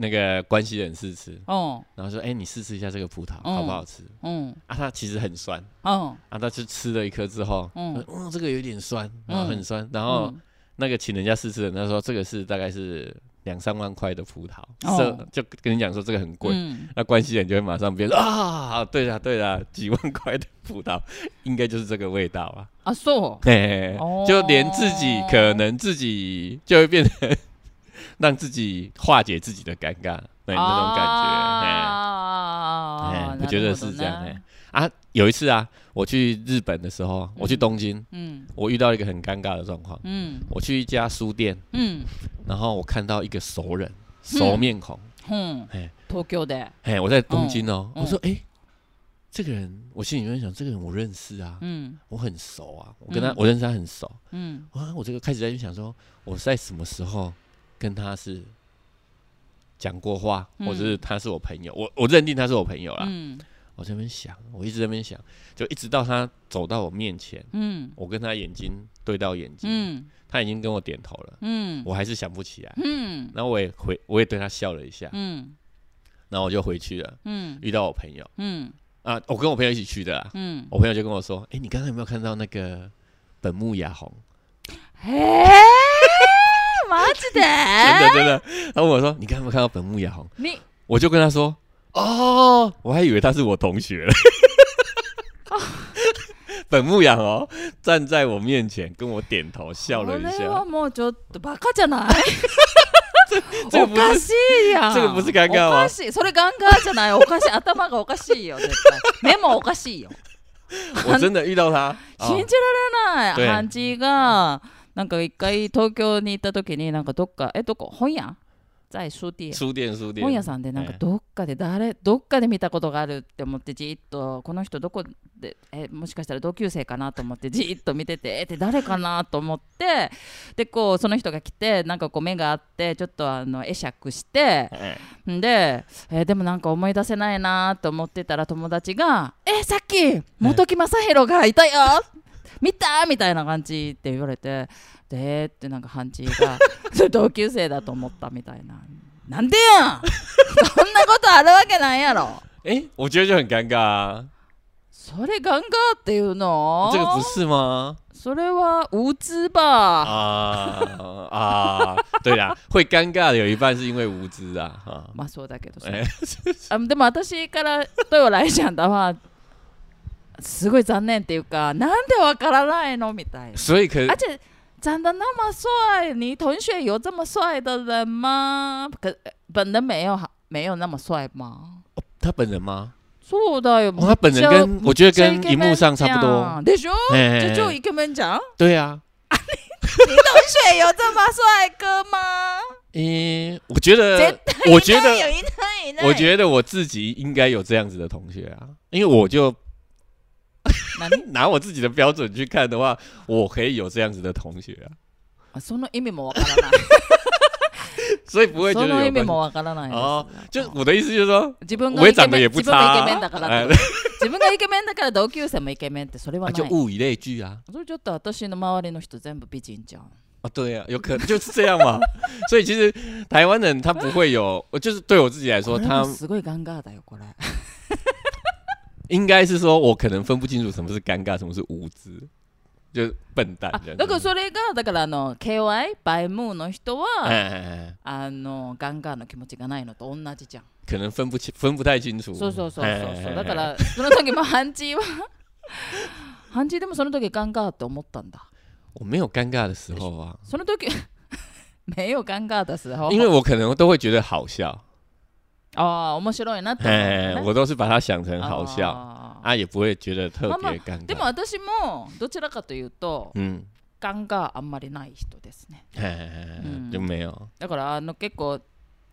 Speaker 2: 那个关系人试吃，
Speaker 1: 哦
Speaker 2: 然后说，哎、你试吃一下这个葡萄
Speaker 1: 嗯
Speaker 2: 好不好吃、
Speaker 1: 哦
Speaker 2: 啊？它其实很酸
Speaker 1: 哦，
Speaker 2: 啊，他就吃了一颗之后，
Speaker 1: 嗯
Speaker 2: 嗯，哦，这个有点酸，然后
Speaker 1: 嗯
Speaker 2: 很酸，然后那个请人家试吃的人他说，这个是大概是两三万块的葡萄，
Speaker 1: 哦
Speaker 2: 这、就跟你讲说这个很贵。
Speaker 1: 嗯
Speaker 2: 那关系人就会马上变成啊，对啦对啦，几万块的葡萄，应该就是这个味道啊。
Speaker 1: 啊，说
Speaker 2: 嘿嘿嘿
Speaker 1: 哦
Speaker 2: 就连自己可能自己就会变成让自己化解自己的尴尬，对那种感觉。嘿嘿
Speaker 1: 啊，
Speaker 2: 我觉得是这样。嘿啊，有一次啊，我去日本的时候，我去东京，
Speaker 1: 嗯
Speaker 2: 我遇到一个很尴尬的状况。
Speaker 1: 嗯
Speaker 2: 我去一家书店，
Speaker 1: 嗯
Speaker 2: 然后我看到一个熟人，熟面孔。
Speaker 1: 嗯
Speaker 2: 嘿，
Speaker 1: ，Tokyo 的，
Speaker 2: 嘿，我在东京哦，
Speaker 1: 嗯
Speaker 2: 我说，哎、这个人，我心里面想，这个人我认识啊，
Speaker 1: 嗯
Speaker 2: 我很熟啊，我跟他，
Speaker 1: 嗯
Speaker 2: 我认识他很熟。
Speaker 1: 嗯
Speaker 2: 哇，我这个开始在想说，我在什么时候跟他是讲过话，
Speaker 1: 嗯
Speaker 2: 或者是他是我朋友，我我认定他是我朋友啦。
Speaker 1: 嗯
Speaker 2: 我这边想，我一直在那边想，就一直到他走到我面前，
Speaker 1: 嗯
Speaker 2: 我跟他眼睛对到眼睛，
Speaker 1: 嗯
Speaker 2: 他已经跟我点头了，
Speaker 1: 嗯
Speaker 2: 我还是想不起来。
Speaker 1: 嗯
Speaker 2: 然后我也回，我也对他笑了一下，
Speaker 1: 嗯
Speaker 2: 然后我就回去了，
Speaker 1: 嗯
Speaker 2: 遇到我朋友
Speaker 1: 嗯
Speaker 2: 啊，我跟我朋友一起去的啊啦。
Speaker 1: 嗯，
Speaker 2: 我朋友就跟我说：“哎、你刚才有没有看到那个本木雅弘？”
Speaker 1: 哎，マジ
Speaker 2: 真
Speaker 1: で？
Speaker 2: 的真的。他问我说：“你刚才有没有看到本木雅弘
Speaker 1: 你？”
Speaker 2: 我就跟他说：“哦，我还以为他是我同学了。” (laughs) 本木雅弘站在我面前跟我点头笑了一
Speaker 1: これは
Speaker 2: 下，
Speaker 1: もうちょっとバカじゃない
Speaker 2: 这个
Speaker 1: お
Speaker 2: 不
Speaker 1: か
Speaker 2: 是
Speaker 1: しいやん
Speaker 2: 这个不是尴尬
Speaker 1: お
Speaker 2: 吗
Speaker 1: かしいそれガンガンじゃないおかしい頭がおかしいよ絶対目もおかしいよ
Speaker 2: 我真的遇到他，
Speaker 1: 信
Speaker 2: 哦
Speaker 1: じられない
Speaker 2: 对
Speaker 1: 感じがなんか一回東京に行った時になんかどっかえどこ本屋在書店
Speaker 2: 书店书店哎
Speaker 1: 本屋さんでなんか
Speaker 2: ええ
Speaker 1: どっかで誰どっかで見たことがあるって思ってじーっとこの人どこでえもしかしたら同級生かなと思ってじーっと見ててえって誰かなと思ってでこうその人が来てなんかこう目があってちょっとあの会釈して
Speaker 2: 哎
Speaker 1: んで、えーでもなんか思い出せないなと思ってたら友達が「えさっき本木雅弘がいたよ (laughs) 見た!」みたいな感じって言われて「で」ってなんかハンチ (laughs) がそれ同級生だと思ったみたいな「なんでやん (laughs) そんなことあるわけないやろ
Speaker 2: 哎，我觉得就很尴尬啊，
Speaker 1: それガンガーっていうの
Speaker 2: 这个不是吗？
Speaker 1: それは無知吧
Speaker 2: 啊啊，对啦，会尴尬的有一半是因为无知啊
Speaker 1: (laughs)
Speaker 2: 啊，
Speaker 1: まあそうだけどさ、
Speaker 2: 哎，
Speaker 1: あでも私からトヨライちゃんだはすごい残念っていうかなんでわからないのみたいな。
Speaker 2: 所以可
Speaker 1: 而且长得那么帅，你同学有这么帅的人吗？可本人没有好，没有那么帅吗？
Speaker 2: 哦他本人吗？
Speaker 1: そうだよ。
Speaker 2: 哦，他本人跟我觉得跟荧幕上差不多。
Speaker 1: 多。でしょ？
Speaker 2: 哎
Speaker 1: 这就一个人讲，
Speaker 2: 对啊，
Speaker 1: 你同学有这么帅哥吗？
Speaker 2: 嗯、我觉
Speaker 1: 絶
Speaker 2: 得，
Speaker 1: 対
Speaker 2: (laughs) 我觉
Speaker 1: 有哎
Speaker 2: 得，
Speaker 1: 一对呢。
Speaker 2: 我觉得我自己应该有这样子的同学啊，因为我就
Speaker 1: 何
Speaker 2: 拿我自己的标准去看的话，我可以有这样子的同学啊，
Speaker 1: あその意味もわ
Speaker 2: (laughs)
Speaker 1: からない。
Speaker 2: 所以不会觉
Speaker 1: そ
Speaker 2: 得
Speaker 1: の
Speaker 2: 有
Speaker 1: 意味
Speaker 2: 关
Speaker 1: もわからないです。
Speaker 2: 哦就我的意思就是说，
Speaker 1: 自分が
Speaker 2: 我也
Speaker 1: イケ
Speaker 2: 长得
Speaker 1: メン
Speaker 2: 也
Speaker 1: 自分
Speaker 2: 不差、
Speaker 1: がイ
Speaker 2: 啊
Speaker 1: ケメンだから
Speaker 2: 哎
Speaker 1: ってこと自分がイケメンだから同級生もイケメンってそれはな
Speaker 2: 啊
Speaker 1: い
Speaker 2: 就。物以类聚啊，
Speaker 1: それちょっと私の周りの人全部美人じゃん。
Speaker 2: 啊，对啊，有可能就是这样嘛。所以其实台湾人他不会有，我就是对我自己来说，
Speaker 1: これ
Speaker 2: 他
Speaker 1: もすごいガンガーだよこれ。
Speaker 2: 应该是说我可能分不清楚什么是尴尬，什么是无知，就是笨蛋
Speaker 1: あ
Speaker 2: 这样子。
Speaker 1: だからそれがだからあの KY バイムーの人は
Speaker 2: 哎哎哎哎，
Speaker 1: あのガンガーの気持ちがないのと同じじゃん。
Speaker 2: 可能分不清，分不太清楚。
Speaker 1: そうそうそう
Speaker 2: 哎
Speaker 1: そうそう。だからその時もハンチーは (laughs) ハンチーでもその時ガンガーって思ったんだ。
Speaker 2: 我没有尴尬的时候啊，
Speaker 1: その時 (laughs) 没有尴尬的时候
Speaker 2: 因为我可能都会觉得好笑，
Speaker 1: ああ面白いなって思った
Speaker 2: 哎，
Speaker 1: ね
Speaker 2: 我都是把它想成好笑
Speaker 1: あー
Speaker 2: 啊，也不会觉得特别尴
Speaker 1: でも
Speaker 2: 尬。
Speaker 1: 私もどちらかというと
Speaker 2: 嗯，
Speaker 1: ガンガーあんまりない人ですね
Speaker 2: 哎哎哎
Speaker 1: 嗯
Speaker 2: 哎就没有，
Speaker 1: だからあの結構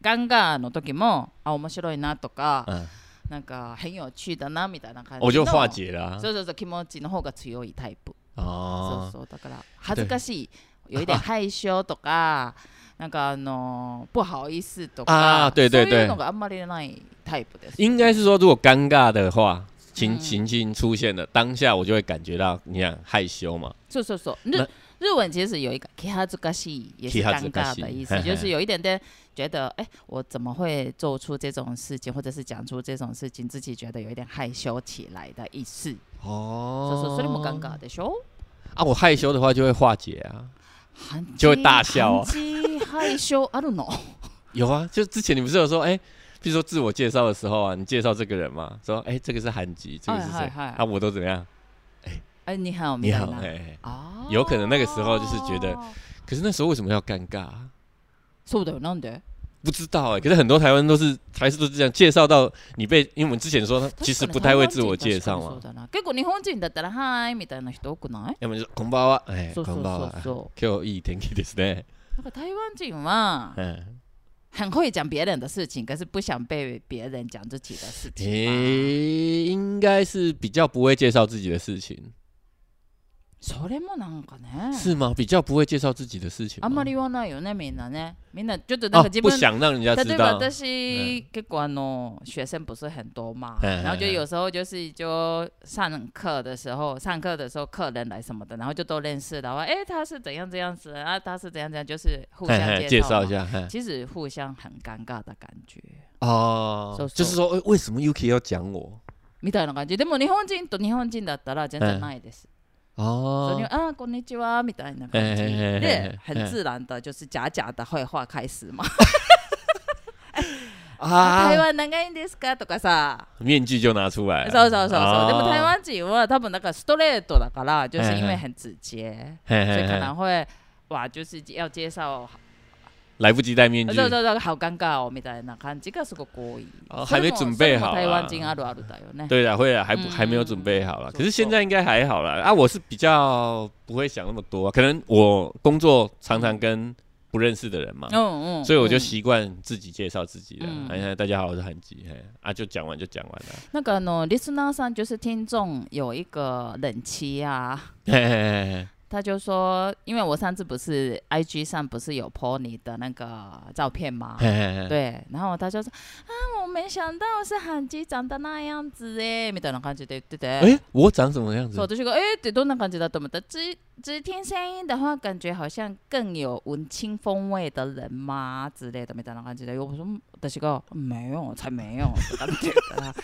Speaker 1: ガンガーの時もあ面白いなとか
Speaker 2: 嗯，
Speaker 1: なんか変有趣だなみたいな感じの
Speaker 2: 我就化解了啊
Speaker 1: そうそうそう気持ちの方が強いタイプ、
Speaker 2: 哦
Speaker 1: そう。そうだから恥ずかしい有一点害羞とかなんかあの不好意思とか、
Speaker 2: あ对对
Speaker 1: そうい
Speaker 2: 对
Speaker 1: うのがあんまりないタイプです。
Speaker 2: 应该是说，如果尴尬的话，情
Speaker 1: 嗯
Speaker 2: 情境出现了，当下我就会感觉到，你想害羞嘛，
Speaker 1: そうそうそう。
Speaker 2: 那
Speaker 1: 日日文其实有一个気恥ずかしい，也是
Speaker 2: 気恥ず
Speaker 1: 尴
Speaker 2: かし
Speaker 1: 尬
Speaker 2: い
Speaker 1: 的意
Speaker 2: 嘿
Speaker 1: 思，
Speaker 2: 嘿
Speaker 1: 就是有一点点觉得，哎、我怎么会做出这种事情，或者是讲出这种事情，自己觉得有一点害羞起来的意思。
Speaker 2: 哦
Speaker 1: そうそう、それも尴尬でしょ？
Speaker 2: 啊，我害羞的话就会化解啊，
Speaker 1: 韩
Speaker 2: 就会大笑啊
Speaker 1: 韩剧害羞，I don't know。
Speaker 2: 有啊，就之前你不是有说，哎、比如说自我介绍的时候啊，你介绍这个人嘛，说，哎、这个是韩吉，这个是谁？
Speaker 1: 嗨嗨嗨
Speaker 2: 啊，我都怎么样？
Speaker 1: 哎，你好，
Speaker 2: (laughs) 你好，
Speaker 1: みたい
Speaker 2: 哎、
Speaker 1: な
Speaker 2: 哎
Speaker 1: 啊
Speaker 2: 有可能那个时候就是觉得，可是那时候为什么要尴尬、啊？
Speaker 1: そうだよなんで？
Speaker 2: 不知道哎、可是很多台湾都是还是都是这样介绍到你被，因为我们之前说，其实不太会自我介绍
Speaker 1: 確
Speaker 2: 嘛，
Speaker 1: かに。結構日本人だったらはいみたいな人多くない？
Speaker 2: 要么就是空包啊，哎、
Speaker 1: そうそう
Speaker 2: 空包
Speaker 1: そう
Speaker 2: 啊，
Speaker 1: そ
Speaker 2: 今日いい天気ですね。
Speaker 1: う。なんか台湾人は
Speaker 2: (laughs) 嗯，
Speaker 1: 很会讲别人的事情，可是不想被别人讲自己的事
Speaker 2: 诶、
Speaker 1: 情嘛。
Speaker 2: 应该是比较不会介绍自己的事情，
Speaker 1: それもなんかね。
Speaker 2: 是吗？比较不会介绍自己的事情吗，
Speaker 1: あ
Speaker 2: 啊
Speaker 1: んまり言わないよねみんなね。みんなちょっとなんか自
Speaker 2: 哦不
Speaker 1: 分
Speaker 2: 想让人家
Speaker 1: 例
Speaker 2: 知
Speaker 1: えば
Speaker 2: 道。
Speaker 1: 私、結構あの哦学生不是很多嘛，
Speaker 2: 嗯
Speaker 1: 然后就有时候就是就上课的时候，上课的时候客人来什么的，然后就都认识的话，哎、他是怎样怎样子啊，他是怎样怎样，就是互相
Speaker 2: 嘿嘿
Speaker 1: 介
Speaker 2: 介
Speaker 1: 绍
Speaker 2: 绍
Speaker 1: 嘛
Speaker 2: 一。下，嘿
Speaker 1: 其实互相很尴尬的感觉，
Speaker 2: 哦
Speaker 1: 搜，
Speaker 2: 就是说呃为什么 Yuki 要讲我？
Speaker 1: みたいな感じ。でも日本人と日本人だったら全
Speaker 2: 嗯
Speaker 1: 然ないです。所以
Speaker 2: 哦，
Speaker 1: 啊，こんにちはみたいな感じ
Speaker 2: 嘿嘿嘿
Speaker 1: で
Speaker 2: 嘿，
Speaker 1: 很自然的就是假假的绘画开始嘛。
Speaker 2: 啊
Speaker 1: 台，湾長いんですかとかさ。
Speaker 2: 面具就拿出来了，
Speaker 1: そうそうそうそう、
Speaker 2: 哦
Speaker 1: でも台湾人は多分なんかストレートだから就是因为很直接，
Speaker 2: 嘿
Speaker 1: 所以
Speaker 2: 嘿
Speaker 1: 可
Speaker 2: 嘿
Speaker 1: 能会哇就是要介绍，
Speaker 2: 来不及戴面具，
Speaker 1: そうそうそう好尴尬哦みたいな感じがすごく多い。
Speaker 2: 哦
Speaker 1: それ
Speaker 2: 还没
Speaker 1: も
Speaker 2: 准备好
Speaker 1: それも
Speaker 2: 啊
Speaker 1: 台湾人あるあるだよね。
Speaker 2: 对啊了，会了，还不
Speaker 1: 嗯
Speaker 2: 还没有准备好了，
Speaker 1: 搜
Speaker 2: 可是现在应该还好了啊。我是比较不会想那么多，啊可能我工作常常跟不认识的人嘛，
Speaker 1: 嗯嗯。
Speaker 2: 所以我就
Speaker 1: 嗯
Speaker 2: 习惯自己介绍自己了
Speaker 1: 嗯。
Speaker 2: 哎呀，大家好，我是韩吉，嘿啊，就讲完就讲完
Speaker 1: (laughs)
Speaker 2: 了。
Speaker 1: 那个呢，リスナーさん就是听众有一个冷期啊。
Speaker 2: 嘿嘿嘿嘿
Speaker 1: 他就说，因为我上次不是 IG 上不是有 po 你的那个照片吗？
Speaker 2: 嘿嘿嘿嘿，
Speaker 1: 啊对，然后他就说啊，我没想到是韩吉长得那样子哎，みたいな感じで言ってて。
Speaker 2: 哎，我长什么样子
Speaker 1: そう？私がえーってどんな感じだと思った只只听声音的话感觉好像更有文青风味的人吗之类的みたいな感じで我说嗯私が没有才没有とかって言ったら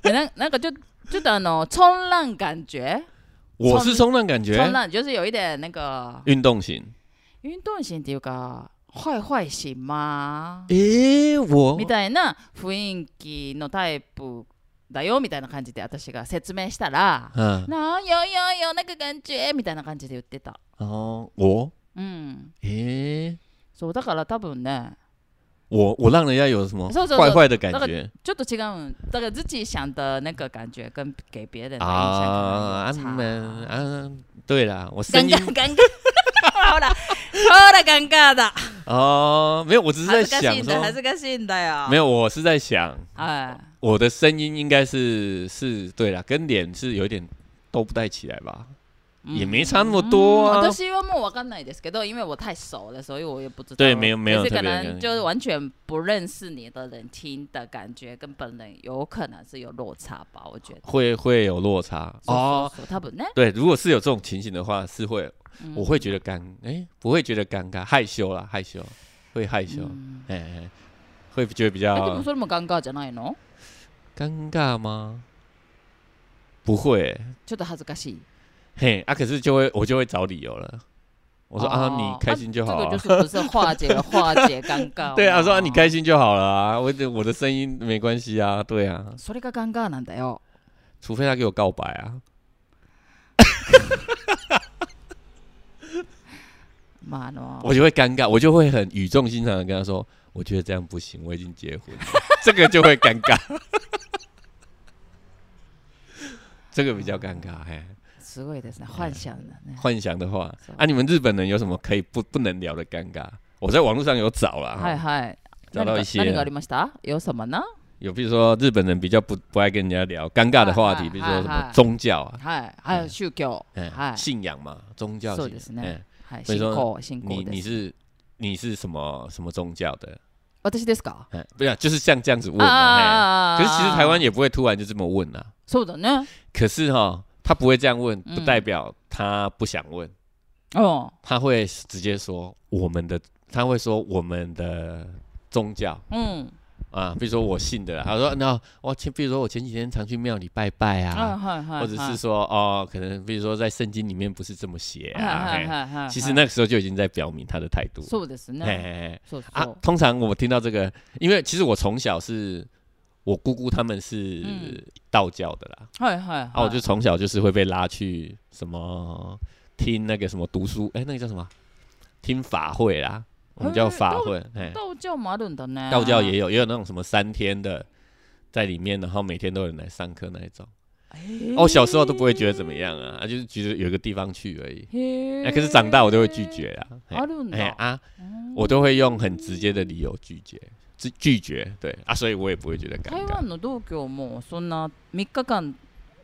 Speaker 1: でなんなんかちょちょっとあの冲浪感觉
Speaker 2: 我是冲浪感
Speaker 1: 冲
Speaker 2: 觉，
Speaker 1: 浪就是有一点那个
Speaker 2: 运动型。
Speaker 1: 运动型っていうか坏坏型吗？
Speaker 2: 诶、我
Speaker 1: みたいな雰囲気のタイプだよみたいな感じで私が説明したら、
Speaker 2: 嗯，
Speaker 1: なんよよよなんか感じみたいな感じで言ってた。
Speaker 2: 哦，我
Speaker 1: うん。
Speaker 2: 诶、
Speaker 1: そうだから多分ね、
Speaker 2: 我我让人家有什么
Speaker 1: そうそうそう
Speaker 2: 坏坏的感觉
Speaker 1: ちょっと違うん。だから自己想的那个感觉跟给别人的印象
Speaker 2: 啊？啊
Speaker 1: 可能
Speaker 2: 们
Speaker 1: 有差。
Speaker 2: 啊，对啦，我声
Speaker 1: 尴
Speaker 2: 音
Speaker 1: 尬尴尬。ほら、ほら尴尬だ。
Speaker 2: 哦，没有，我只是在
Speaker 1: 恥ずか
Speaker 2: 想
Speaker 1: しいんだ、恥
Speaker 2: 说，
Speaker 1: ずかしいんだよ。
Speaker 2: 没
Speaker 1: 有。
Speaker 2: 有，我是在想
Speaker 1: はい。
Speaker 2: 我的声音应该是是对啦，跟脸是有点都不带起来吧，也没差那么多啊。
Speaker 1: 私はもう分かんないですけど、因为我太熟了，所以我也不知 (laughs) 道。
Speaker 2: 对没有没有
Speaker 1: 可是
Speaker 2: 特
Speaker 1: 可
Speaker 2: 别的
Speaker 1: 能
Speaker 2: 感觉
Speaker 1: 就是完全不认识你的人听的感觉，跟本人有可能是有落差吧，我觉得。
Speaker 2: 会会有落差哦，
Speaker 1: そうそうそう，他不呢，
Speaker 2: 对，如果是有这种情形的话，是会
Speaker 1: 嗯
Speaker 2: 我会觉得尴，哎、不会觉得尴尬，害羞啦，害羞，会害羞，
Speaker 1: 嗯
Speaker 2: 哎、哎会觉得比
Speaker 1: えでも
Speaker 2: 较
Speaker 1: それも尴尬じゃないの？
Speaker 2: 尴尬吗？不会、
Speaker 1: ちょっと恥ずかしい。
Speaker 2: 嘿啊，可是就会我就会找理由了，我说、啊，你开心就好、
Speaker 1: 哦啊
Speaker 2: 啊。
Speaker 1: 这个就是不哦是化解化解尴 (laughs) 尬。
Speaker 2: (laughs) 对啊，说啊你开。心就好了啊，我的我的声音没关系啊，对啊，
Speaker 1: それが尴尬なんだよ。
Speaker 2: 除非他给我告白啊，
Speaker 1: まああの。
Speaker 2: 我就会尴尬，我就会很语重心长的跟他说，我觉得这样不行，我已经结婚了， (laughs) 这个就会尴尬，这个比较尴尬，嘿，
Speaker 1: すごいですね。幻想的ね。
Speaker 2: 幻想的话
Speaker 1: 是
Speaker 2: 啊，你们日本人有什么可以不不能聊的尴尬？我在网络上有找了，
Speaker 1: はい
Speaker 2: 哈
Speaker 1: はい。
Speaker 2: 找到一些
Speaker 1: 何が何がありました？有什么呢？
Speaker 2: 有比如说日本人比较不不爱跟人家聊尴尬的话
Speaker 1: 嗨
Speaker 2: 题，比如
Speaker 1: 嗨
Speaker 2: 说什么
Speaker 1: 嗨
Speaker 2: 宗教啊，
Speaker 1: はい。还有宗教。
Speaker 2: 嗯
Speaker 1: はい。
Speaker 2: 信仰嘛，宗教
Speaker 1: そう
Speaker 2: 信
Speaker 1: で
Speaker 2: 仰
Speaker 1: すね
Speaker 2: 嗯
Speaker 1: はい、
Speaker 2: 所
Speaker 1: 信
Speaker 2: 以说
Speaker 1: 仰、信仰
Speaker 2: 你
Speaker 1: で
Speaker 2: 你
Speaker 1: す。
Speaker 2: 是你是什么什么宗教的？
Speaker 3: 私ですか
Speaker 2: 嗯，不是啊，就是像这样子问
Speaker 1: 啊啊
Speaker 2: 啊。
Speaker 1: 啊
Speaker 2: 嘿可是其实台湾也不会突然就这么问啊。
Speaker 1: そうだね。
Speaker 2: 可是哈，他不会这样问，
Speaker 1: 嗯
Speaker 2: 不代表他不想问，
Speaker 1: 哦，
Speaker 2: 他会直接说我们的，他会说我们的宗教
Speaker 1: 嗯，
Speaker 2: 啊，比如说我信的啦，他说那我前，比如说我前几天常去庙里拜拜
Speaker 1: 啊，
Speaker 2: 啊，
Speaker 1: 嗨嗨，
Speaker 2: 或者是说哦，可能比如说在圣经里面不是这么写啊，
Speaker 1: 嗨
Speaker 2: 嘿
Speaker 1: 嗨嗨，
Speaker 2: 其实那个时候就已经在表明他的态度了。
Speaker 1: そうです
Speaker 2: 嘿嘿
Speaker 1: ね。
Speaker 2: 嘿
Speaker 1: そうそ
Speaker 2: 啊
Speaker 1: う，。
Speaker 2: 通常我听到这个，因为其实我从小是我姑姑他们
Speaker 1: 嗯
Speaker 2: 是道教的啦，
Speaker 1: 嗨嗨，
Speaker 2: 啊，我就从小就是会被拉去什么听那个什么读书，哎、那个叫什么？听法会啦，我们叫法会，哎、啊
Speaker 1: 道教もあるんだね。
Speaker 2: 道教也有，也有那种什么三天的。在里面，然后每天都有人来上课那一种。
Speaker 1: 有
Speaker 2: 哦，小时候都不会觉得怎么样啊，啊就是觉得有一个地方去而已。
Speaker 1: 嘿
Speaker 2: 哎、可是长大我都会拒。绝啊。嘿
Speaker 1: あるん
Speaker 2: 哎、
Speaker 1: だ。
Speaker 2: 啊，我都会用很直接的理由拒绝，拒拒绝，对啊，所以我也不会觉得尴
Speaker 1: 台
Speaker 2: 尬。
Speaker 1: 湾の道教もそんな3日間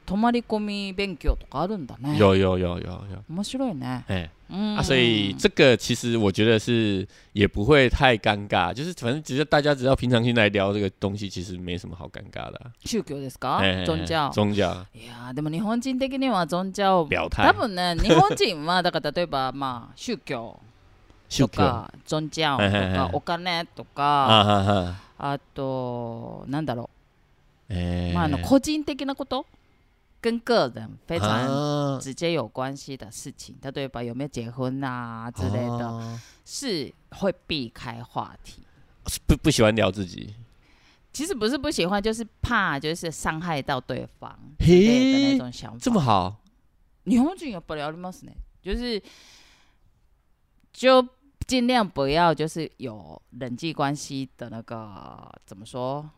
Speaker 1: 泊まり込み勉強とかあるんだね。
Speaker 2: 有有有有有，
Speaker 1: 面白いね。
Speaker 2: 哎、
Speaker 1: 嗯
Speaker 2: 啊，所以这个其实我觉得是也不会太尴尬，就是反正只是大家只要平常心来聊这个东西，其实没什么好尴尬的啊、
Speaker 1: 宗教ですか
Speaker 2: 哎？
Speaker 1: 宗教。
Speaker 2: 宗教，
Speaker 1: いやーでも日本人的には尊教
Speaker 2: 表態
Speaker 1: 多分ね日本人はだから例えばまあ宗教
Speaker 2: 宗
Speaker 1: と
Speaker 2: 教
Speaker 1: か尊教と
Speaker 2: はいはい
Speaker 1: か
Speaker 2: はい
Speaker 1: お金と
Speaker 2: 啊
Speaker 1: か
Speaker 2: 哈哈，
Speaker 1: あとなんだろ
Speaker 2: 哎、
Speaker 1: うまああの個人的なこと跟个人非常
Speaker 2: 啊
Speaker 1: 直接有关系的事情例えば有没有结婚啊之类的
Speaker 2: 哦
Speaker 1: 是会避开话题
Speaker 2: 不不喜欢聊自己，
Speaker 1: 其实不是不喜欢就是怕就是伤害到对方之类的那
Speaker 2: 嘿，
Speaker 1: 种想法
Speaker 2: 这么好，
Speaker 1: 日本人やっぱりありますね。就是就尽量不要就是有人际关系的那个怎么说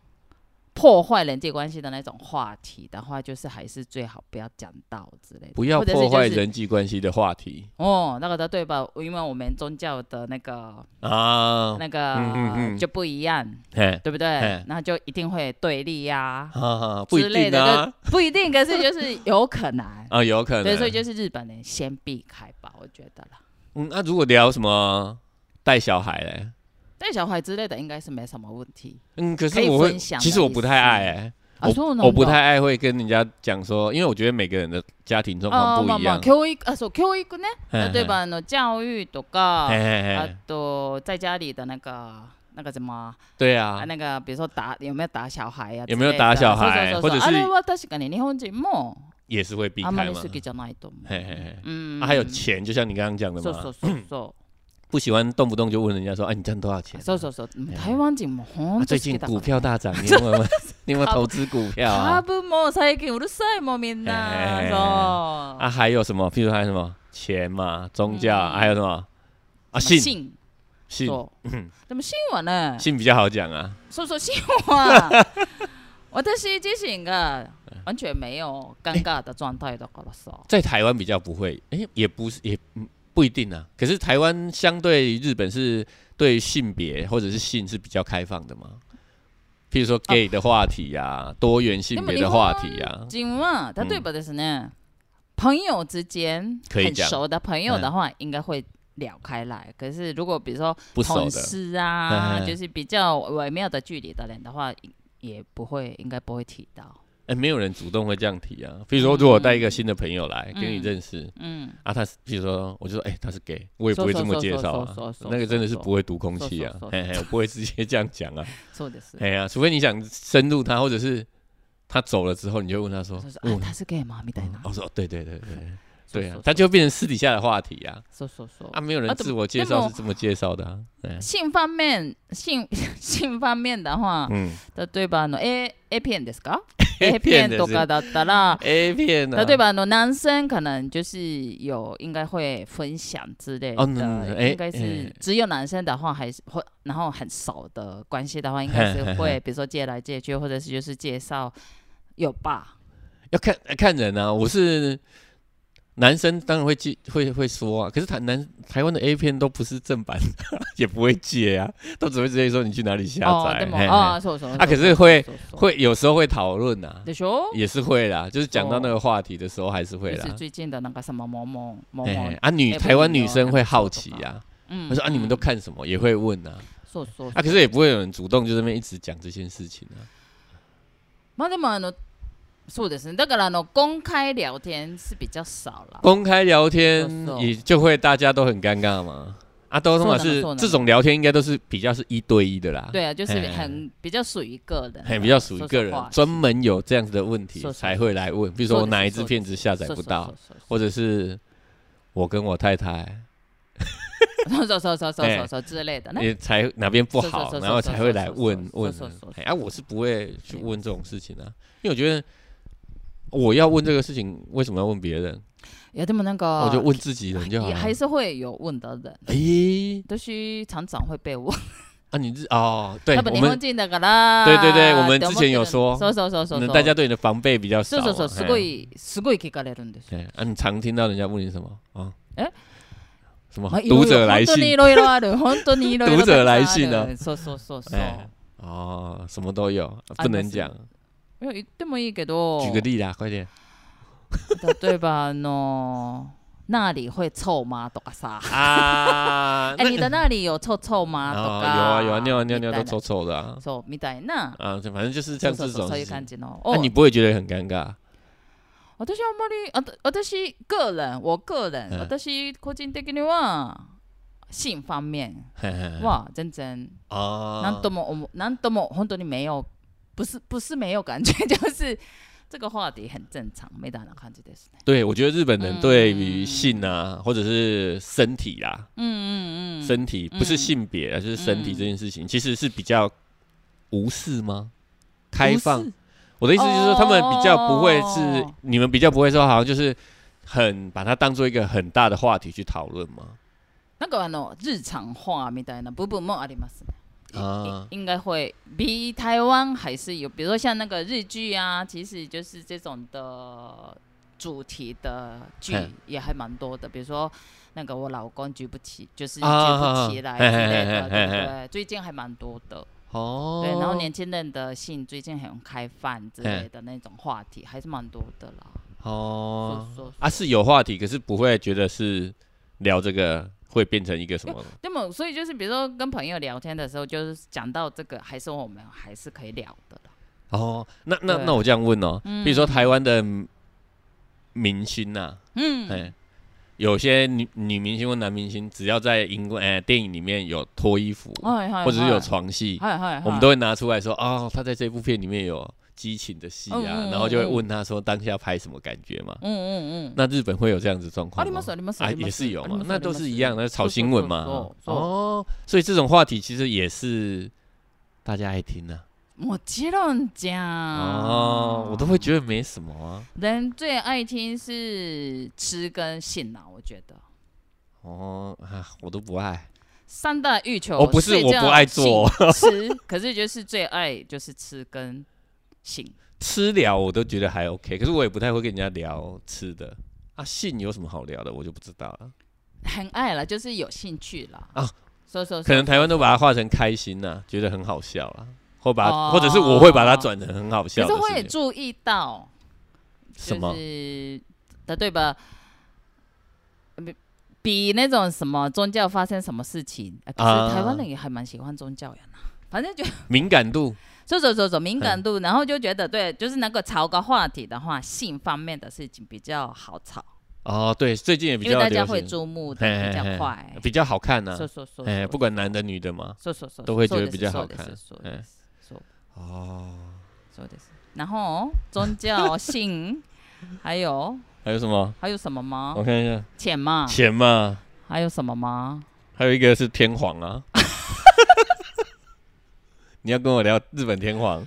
Speaker 1: 破坏人际关系的那种话题的话，就是还是最好不要讲到之类的，
Speaker 2: 不要
Speaker 1: 或者
Speaker 2: 破坏
Speaker 1: 是就是
Speaker 2: 人际关系的话题
Speaker 1: 哦，那个的对吧？因为我们宗教的那个、
Speaker 2: 啊，
Speaker 1: 那个、
Speaker 2: 嗯嗯嗯
Speaker 1: 就不一样，
Speaker 2: 嘿。
Speaker 1: 对不
Speaker 2: 嘿
Speaker 1: 对？那就一定会对立呀、
Speaker 2: 啊，不
Speaker 1: 之
Speaker 2: 一
Speaker 1: 类
Speaker 2: 定
Speaker 1: 的，
Speaker 2: 啊，。
Speaker 1: 就不一定，可是就是有可能
Speaker 2: (laughs) 啊，有可能。
Speaker 1: 对，所以就是日本人先避开吧，我觉得啦。
Speaker 2: 嗯，那、如果聊什么带小孩嘞，
Speaker 1: 带小孩之类的应该是没什么问题。
Speaker 2: 嗯，可
Speaker 1: 可
Speaker 2: 是
Speaker 1: 以
Speaker 2: 我会，
Speaker 1: 分享的
Speaker 2: 其实我
Speaker 1: 意
Speaker 2: 不
Speaker 1: 思
Speaker 2: 太爱、欸，
Speaker 1: あ、そうなんだ。
Speaker 2: 我不太爱会跟人家讲说，因为我觉得每个人的家庭状
Speaker 1: あまあ
Speaker 2: 况不一
Speaker 1: まあ
Speaker 2: 样，
Speaker 1: 教育あそう教育ね。
Speaker 2: 嘿
Speaker 1: 例えばあの教育とか
Speaker 2: 嘿，嘿
Speaker 1: あ
Speaker 2: 嘿，
Speaker 1: と在家里的那个那个什么
Speaker 2: 对
Speaker 1: 啊
Speaker 2: 啊，
Speaker 1: 那个，比如说打有没有打小孩呀？
Speaker 2: 有没有打小孩
Speaker 1: そう
Speaker 2: 或
Speaker 1: そうそうそう
Speaker 2: 者是
Speaker 1: あれは確かに日本人も
Speaker 2: 也是会避
Speaker 1: あ
Speaker 2: 开
Speaker 1: んま
Speaker 2: 嘛
Speaker 1: り。好きじゃないと思う。
Speaker 2: 嘿嘿嘿，
Speaker 1: うん
Speaker 2: 啊，还有钱，就像你刚刚讲的
Speaker 1: そうそ
Speaker 2: 嘛
Speaker 1: う，そうそ
Speaker 2: 不喜欢动不动就问人家说，哎、你赚多少
Speaker 1: う。
Speaker 2: 钱、
Speaker 1: そうそう
Speaker 2: (coughs)
Speaker 1: そう。うん台湾人も本当
Speaker 2: 啊最
Speaker 1: 好き
Speaker 2: 近
Speaker 1: だか
Speaker 2: 股
Speaker 1: ら。
Speaker 2: 票大涨，你有没有你有没有投资股票啊？
Speaker 1: 株も最近うるさいもんみんな
Speaker 2: へ。ー
Speaker 1: そう
Speaker 2: 啊，。还有什么？譬如还有什么钱嘛，宗教，
Speaker 1: 嗯
Speaker 2: 还有什么？啊，
Speaker 1: 信
Speaker 2: 信信
Speaker 1: そう。でも信はね、
Speaker 2: 信比较好讲啊。
Speaker 1: そうそう信 (laughs) は私自身が完全没有尴尬的状态だからさ。
Speaker 2: 在台湾比较不会，哎、也不是，也嗯不一定啊。可是台湾相对于日本是对性别或者是性是比较开放的嘛，譬如说 gay 的话题呀、多元性别的话题啊呀、
Speaker 1: 人は例えばですね、朋友之间
Speaker 2: 可以
Speaker 1: 很
Speaker 2: 讲
Speaker 1: 熟的朋友的话，应该会聊开来。可是如果比如说
Speaker 2: 不嗯熟
Speaker 1: 同
Speaker 2: 的
Speaker 1: 事啊，
Speaker 2: 嗯嗯
Speaker 1: 就是比较微妙的距离的人的话，也不会应该不会提到。
Speaker 2: 哎、没有人主动会这样提啊。譬如说，如果我带一个新的朋友来、
Speaker 1: 嗯
Speaker 2: 跟你认识
Speaker 1: 嗯，
Speaker 2: 啊，他是譬如说，我就说，哎、他是 gay，我也不会
Speaker 1: 说
Speaker 2: 这么
Speaker 1: 说
Speaker 2: 介
Speaker 1: 说
Speaker 2: 绍
Speaker 1: 说
Speaker 2: 啊
Speaker 1: 说说。
Speaker 2: 那个真的是
Speaker 1: 说
Speaker 2: 不会读空气啊
Speaker 1: 说说，
Speaker 2: 嘿嘿，我不会直接这样
Speaker 1: (laughs)
Speaker 2: 讲啊。
Speaker 1: そうです。
Speaker 2: 哎呀、除非你想深入他，或者是他走了之后，你就问他说哦
Speaker 1: そうそ，う
Speaker 2: 问
Speaker 1: あ、他是啊 gay 吗？みたいな。
Speaker 2: 我说对对对对对哦对
Speaker 1: そうそうそ
Speaker 2: 啊
Speaker 1: う，
Speaker 2: 他就变成私底下的话题啊
Speaker 1: そうそうそう。
Speaker 2: 啊，没有人
Speaker 1: 啊怎么
Speaker 2: 自我介绍是这么介绍的
Speaker 1: (laughs)
Speaker 2: 啊，对
Speaker 1: 性方面、性 (laughs) 性方面的话，
Speaker 2: 嗯
Speaker 1: 例えばあの A A 片です
Speaker 2: (laughs)
Speaker 1: か
Speaker 2: ？A
Speaker 1: ？A
Speaker 2: 片
Speaker 1: 片
Speaker 2: 的，
Speaker 1: とかだったら
Speaker 2: A 片啊呢，
Speaker 1: 例えばあの男性可能就是有应该会分享之类
Speaker 2: 哦嗯
Speaker 1: 的，
Speaker 2: 哎
Speaker 1: 应该是
Speaker 2: 哎
Speaker 1: 只有男生的话还是会，然后很少的关系的话，应该是会比如说借来借去，或者是就是介
Speaker 2: (laughs)
Speaker 1: 绍有吧？
Speaker 2: 要看看人啊，我是。男生当然会记会会说啊，可是台南台湾的 A 片都不是正版， (laughs) 也不会借啊，都只会直接说你去哪里下
Speaker 1: 哦，嗯
Speaker 2: 载
Speaker 1: で。も
Speaker 2: 嘿嘿
Speaker 1: あそうそうそう。
Speaker 2: 啊可是会
Speaker 1: そうそう
Speaker 2: 会有时候会讨论呐，
Speaker 1: でしょ？
Speaker 2: 也是会啦，就是讲
Speaker 1: 哦
Speaker 2: 到那个话题的时候还是会
Speaker 1: 就
Speaker 2: 啦
Speaker 1: 是。最近的那个什么某某某
Speaker 2: 嘿
Speaker 1: 某
Speaker 2: 嘿，啊，女
Speaker 1: 哎不
Speaker 2: 台湾
Speaker 1: 能
Speaker 2: 女
Speaker 1: 有
Speaker 2: 生
Speaker 1: 那
Speaker 2: 会
Speaker 1: 个
Speaker 2: 好
Speaker 1: 做
Speaker 2: 奇
Speaker 1: 法
Speaker 2: 啊，
Speaker 1: 嗯
Speaker 2: 他说啊，你们都看什么？也会问啊，
Speaker 1: そうそうそう
Speaker 2: (laughs) 啊，可是也不会有人主动就这边一直讲这件事情啊。
Speaker 1: まあでもあのそうですねだからあの公開聊天是比较少了。
Speaker 2: 公开聊天
Speaker 1: そうそう
Speaker 2: 也就会大家都很尴尬嘛。啊，都通常
Speaker 1: そうなの
Speaker 2: 是
Speaker 1: そうなの
Speaker 2: 这种聊天应该都是比较是一对一的啦，
Speaker 1: 对啊，就是
Speaker 2: 哎
Speaker 1: 很比较属于个人的，
Speaker 2: 很比较属于个人
Speaker 1: 说实话
Speaker 2: 专门有这样子的问题
Speaker 1: そうそう
Speaker 2: 才会来问，比如说我哪一支片子下载不到，，或者是我跟我太太
Speaker 1: 说说说说
Speaker 2: 哎
Speaker 1: 说说之类的。那
Speaker 2: 也才哪边不
Speaker 1: そうそう
Speaker 2: 好，
Speaker 1: そう
Speaker 2: 然后才会来问
Speaker 1: そうそう
Speaker 2: 问
Speaker 1: そうそう。
Speaker 2: 哎啊，我是不会去问这种事情啊，因为我觉得我要问这个事情，为什么要问别人？
Speaker 1: 也这么那个，
Speaker 2: 我就问自己人就好
Speaker 1: 啊也
Speaker 2: 了。
Speaker 1: 还是会有问的人，
Speaker 2: 诶，
Speaker 1: 都是常常会被问。
Speaker 2: 哎啊，你日哦，对，
Speaker 1: 多
Speaker 2: 我
Speaker 1: 分日
Speaker 2: 们
Speaker 1: 本人だから
Speaker 2: 对对对我们之前有
Speaker 1: そうそ
Speaker 2: 说
Speaker 1: うそうそ
Speaker 2: 可能
Speaker 1: う。
Speaker 2: 嗯大家对你的防备比较少
Speaker 1: そう
Speaker 2: 嘛。
Speaker 1: そうそうすごい
Speaker 2: 嘿。
Speaker 1: すごい聞かれるんですよ。
Speaker 2: 哎，啊，你常听到人家问你什么啊？
Speaker 1: 哎，
Speaker 2: 什么
Speaker 1: まあいろいろ
Speaker 2: 读者来
Speaker 1: 本当にい
Speaker 2: 信
Speaker 1: ろいろある。本当にいろいろ
Speaker 2: 读者来信啊
Speaker 1: たくさんあるそうそうそうそう。
Speaker 2: 哎哦，什么都有，啊哦
Speaker 1: 啊
Speaker 2: 不能讲。
Speaker 1: いや言ってもいいけど。
Speaker 2: 举个例啦，快点
Speaker 1: 例えばあの那里会臭吗とかさ。
Speaker 2: (laughs) 啊！
Speaker 1: 哎、你的那里有臭臭吗？と
Speaker 2: 哦有
Speaker 1: か
Speaker 2: 啊有啊，尿啊尿
Speaker 1: みた
Speaker 2: 尿
Speaker 1: い
Speaker 2: 都
Speaker 1: な
Speaker 2: 臭臭的啊
Speaker 1: そうみたいな。
Speaker 2: 啊，就反正就是
Speaker 1: そ
Speaker 2: 像
Speaker 1: うそ
Speaker 2: 这
Speaker 1: うそう
Speaker 2: 种
Speaker 1: そうい
Speaker 2: 事
Speaker 1: う
Speaker 2: 情
Speaker 1: 感。じの。
Speaker 2: 那
Speaker 1: を
Speaker 2: 你不会觉得很尴尬？
Speaker 1: 私はあんまりあた私个人我个人、
Speaker 2: うん
Speaker 1: 私個人的には性方面は全然
Speaker 2: 啊，
Speaker 1: 何とも思う何とも本当に没有不是不是没有感 (laughs) 觉就是这个话题很正常みたいな感じですね。
Speaker 2: 对，我觉得日本人对
Speaker 1: 嗯
Speaker 2: 于性啊，或者是身体啦，
Speaker 1: うんうんうん。
Speaker 2: 身体
Speaker 1: 嗯
Speaker 2: 不是性别，而是身体这件事情，其实是比较无视吗？开放
Speaker 1: 不。是
Speaker 2: 我的意思就是说，
Speaker 1: 哦
Speaker 2: 他们比较不会是
Speaker 1: 哦
Speaker 2: 你们比较不会说，好像就是很把它当做一个很大的话题去讨论吗？
Speaker 1: なんかあの日常化みたいな部分もありますね。
Speaker 2: 啊，
Speaker 1: 应该会比台湾还是有，比如说像那个日剧啊，其实就是这种的主题的剧
Speaker 2: 嗯
Speaker 1: 也还蛮多的，比如说那个我老公举不起，就是举
Speaker 2: 啊
Speaker 1: 不起来
Speaker 2: 嘿
Speaker 1: 之类
Speaker 2: 嘿嘿
Speaker 1: 的，
Speaker 2: 嘿
Speaker 1: 对不
Speaker 2: 嘿
Speaker 1: 对？最近还蛮多的，
Speaker 2: 哦，
Speaker 1: 对，然后年轻人的性最近很开放之类的那种话题，还是蛮多的啦。
Speaker 2: 哦
Speaker 1: そうそう
Speaker 2: 啊是有话题，可是不会觉得是聊这个会变成一个什么？
Speaker 1: 那么，所以就是比如说跟朋友聊天的时候，就是讲到这个，还是我们还是可以聊的啦。
Speaker 2: 哦，那那
Speaker 1: 对
Speaker 2: 那我这样问哦，比如说台湾的明星呐，
Speaker 1: 嗯，
Speaker 2: 哎，有些女女明星或男明星，只要在荧光哎电影里面有脱衣服，
Speaker 1: 嗨嗨
Speaker 2: 或者是有
Speaker 1: 嗨
Speaker 2: 床戏，
Speaker 1: 嗨嗨
Speaker 2: 我们都会拿出来说，哦，他在这部片里面有激情的戏
Speaker 1: 嗯嗯
Speaker 2: 啊
Speaker 1: 嗯，
Speaker 2: 然后就会问他说当下拍什么感觉嘛。
Speaker 1: 嗯嗯嗯。
Speaker 2: 那日本会有这样子状
Speaker 1: あ
Speaker 2: 况
Speaker 1: りま
Speaker 2: 吗
Speaker 1: す？あります
Speaker 2: 啊，
Speaker 1: あります
Speaker 2: 也是有
Speaker 1: あり
Speaker 2: 嘛
Speaker 1: ま，す
Speaker 2: 那
Speaker 1: あり
Speaker 2: 都
Speaker 1: ます
Speaker 2: 是一样，那炒新闻嘛
Speaker 1: そう。そうそうそう
Speaker 2: 哦，所以这种话题其实也是大家爱听啊呐。
Speaker 1: もちろんじゃ
Speaker 2: 哦
Speaker 1: ん。，
Speaker 2: 我都会觉得没什么啊。
Speaker 1: 人最爱听是吃跟性啊，我觉得
Speaker 2: 哦啊，我都不爱。
Speaker 1: 三大欲求。
Speaker 2: 哦，不是，我不爱做
Speaker 1: 吃，
Speaker 2: (laughs)
Speaker 1: 可是就是最爱就是吃跟性。
Speaker 2: 吃聊，我都觉得还 OK，可是我也不太会跟人家聊吃的。啊，性有什么好聊的，我就不知道了。
Speaker 1: 很爱了，就是有兴趣啦。
Speaker 2: 啊，
Speaker 1: 说说
Speaker 2: 可能台湾都把它画成开心呐、觉得很好笑啦，或把、或者是我会把它转成很好
Speaker 1: 可
Speaker 2: 笑
Speaker 1: 是
Speaker 2: 的
Speaker 1: 我也
Speaker 2: 事情。
Speaker 1: 注意到，
Speaker 2: 什
Speaker 1: 就
Speaker 2: 么？
Speaker 1: 是例えば比比那种什么宗教发生什么事情，呃可
Speaker 2: 啊
Speaker 1: 是台湾人也还蛮喜欢宗教人啊。反正就
Speaker 2: 敏感度
Speaker 1: 走走走走敏感度，然后就觉得对，就是能够炒个话题的话，性方面的事情比较好炒，
Speaker 2: 哦，对，最近也比
Speaker 1: 因为
Speaker 2: 较
Speaker 1: 大
Speaker 2: 流
Speaker 1: 家
Speaker 2: 行
Speaker 1: 会注目
Speaker 2: 嘿嘿
Speaker 1: 的比较
Speaker 2: 嘿
Speaker 1: 快。
Speaker 2: 比较好看呐、
Speaker 1: 说说说，
Speaker 2: 哎、
Speaker 1: 说
Speaker 2: 不管男的女的嘛。
Speaker 1: 说说说，
Speaker 2: 都会觉得
Speaker 1: 说的是
Speaker 2: 比较好看
Speaker 1: 说的是说的
Speaker 2: 哎
Speaker 1: 是说
Speaker 2: 哦，
Speaker 1: 说的是。然后宗教性，还有
Speaker 2: 还有什么？
Speaker 1: 还有什么吗
Speaker 2: 我？看一下，
Speaker 1: 钱嘛，
Speaker 2: 钱嘛，
Speaker 1: 还有什么吗？
Speaker 2: 还有一个是天皇啊。 (laughs) 你要跟我聊日本天皇，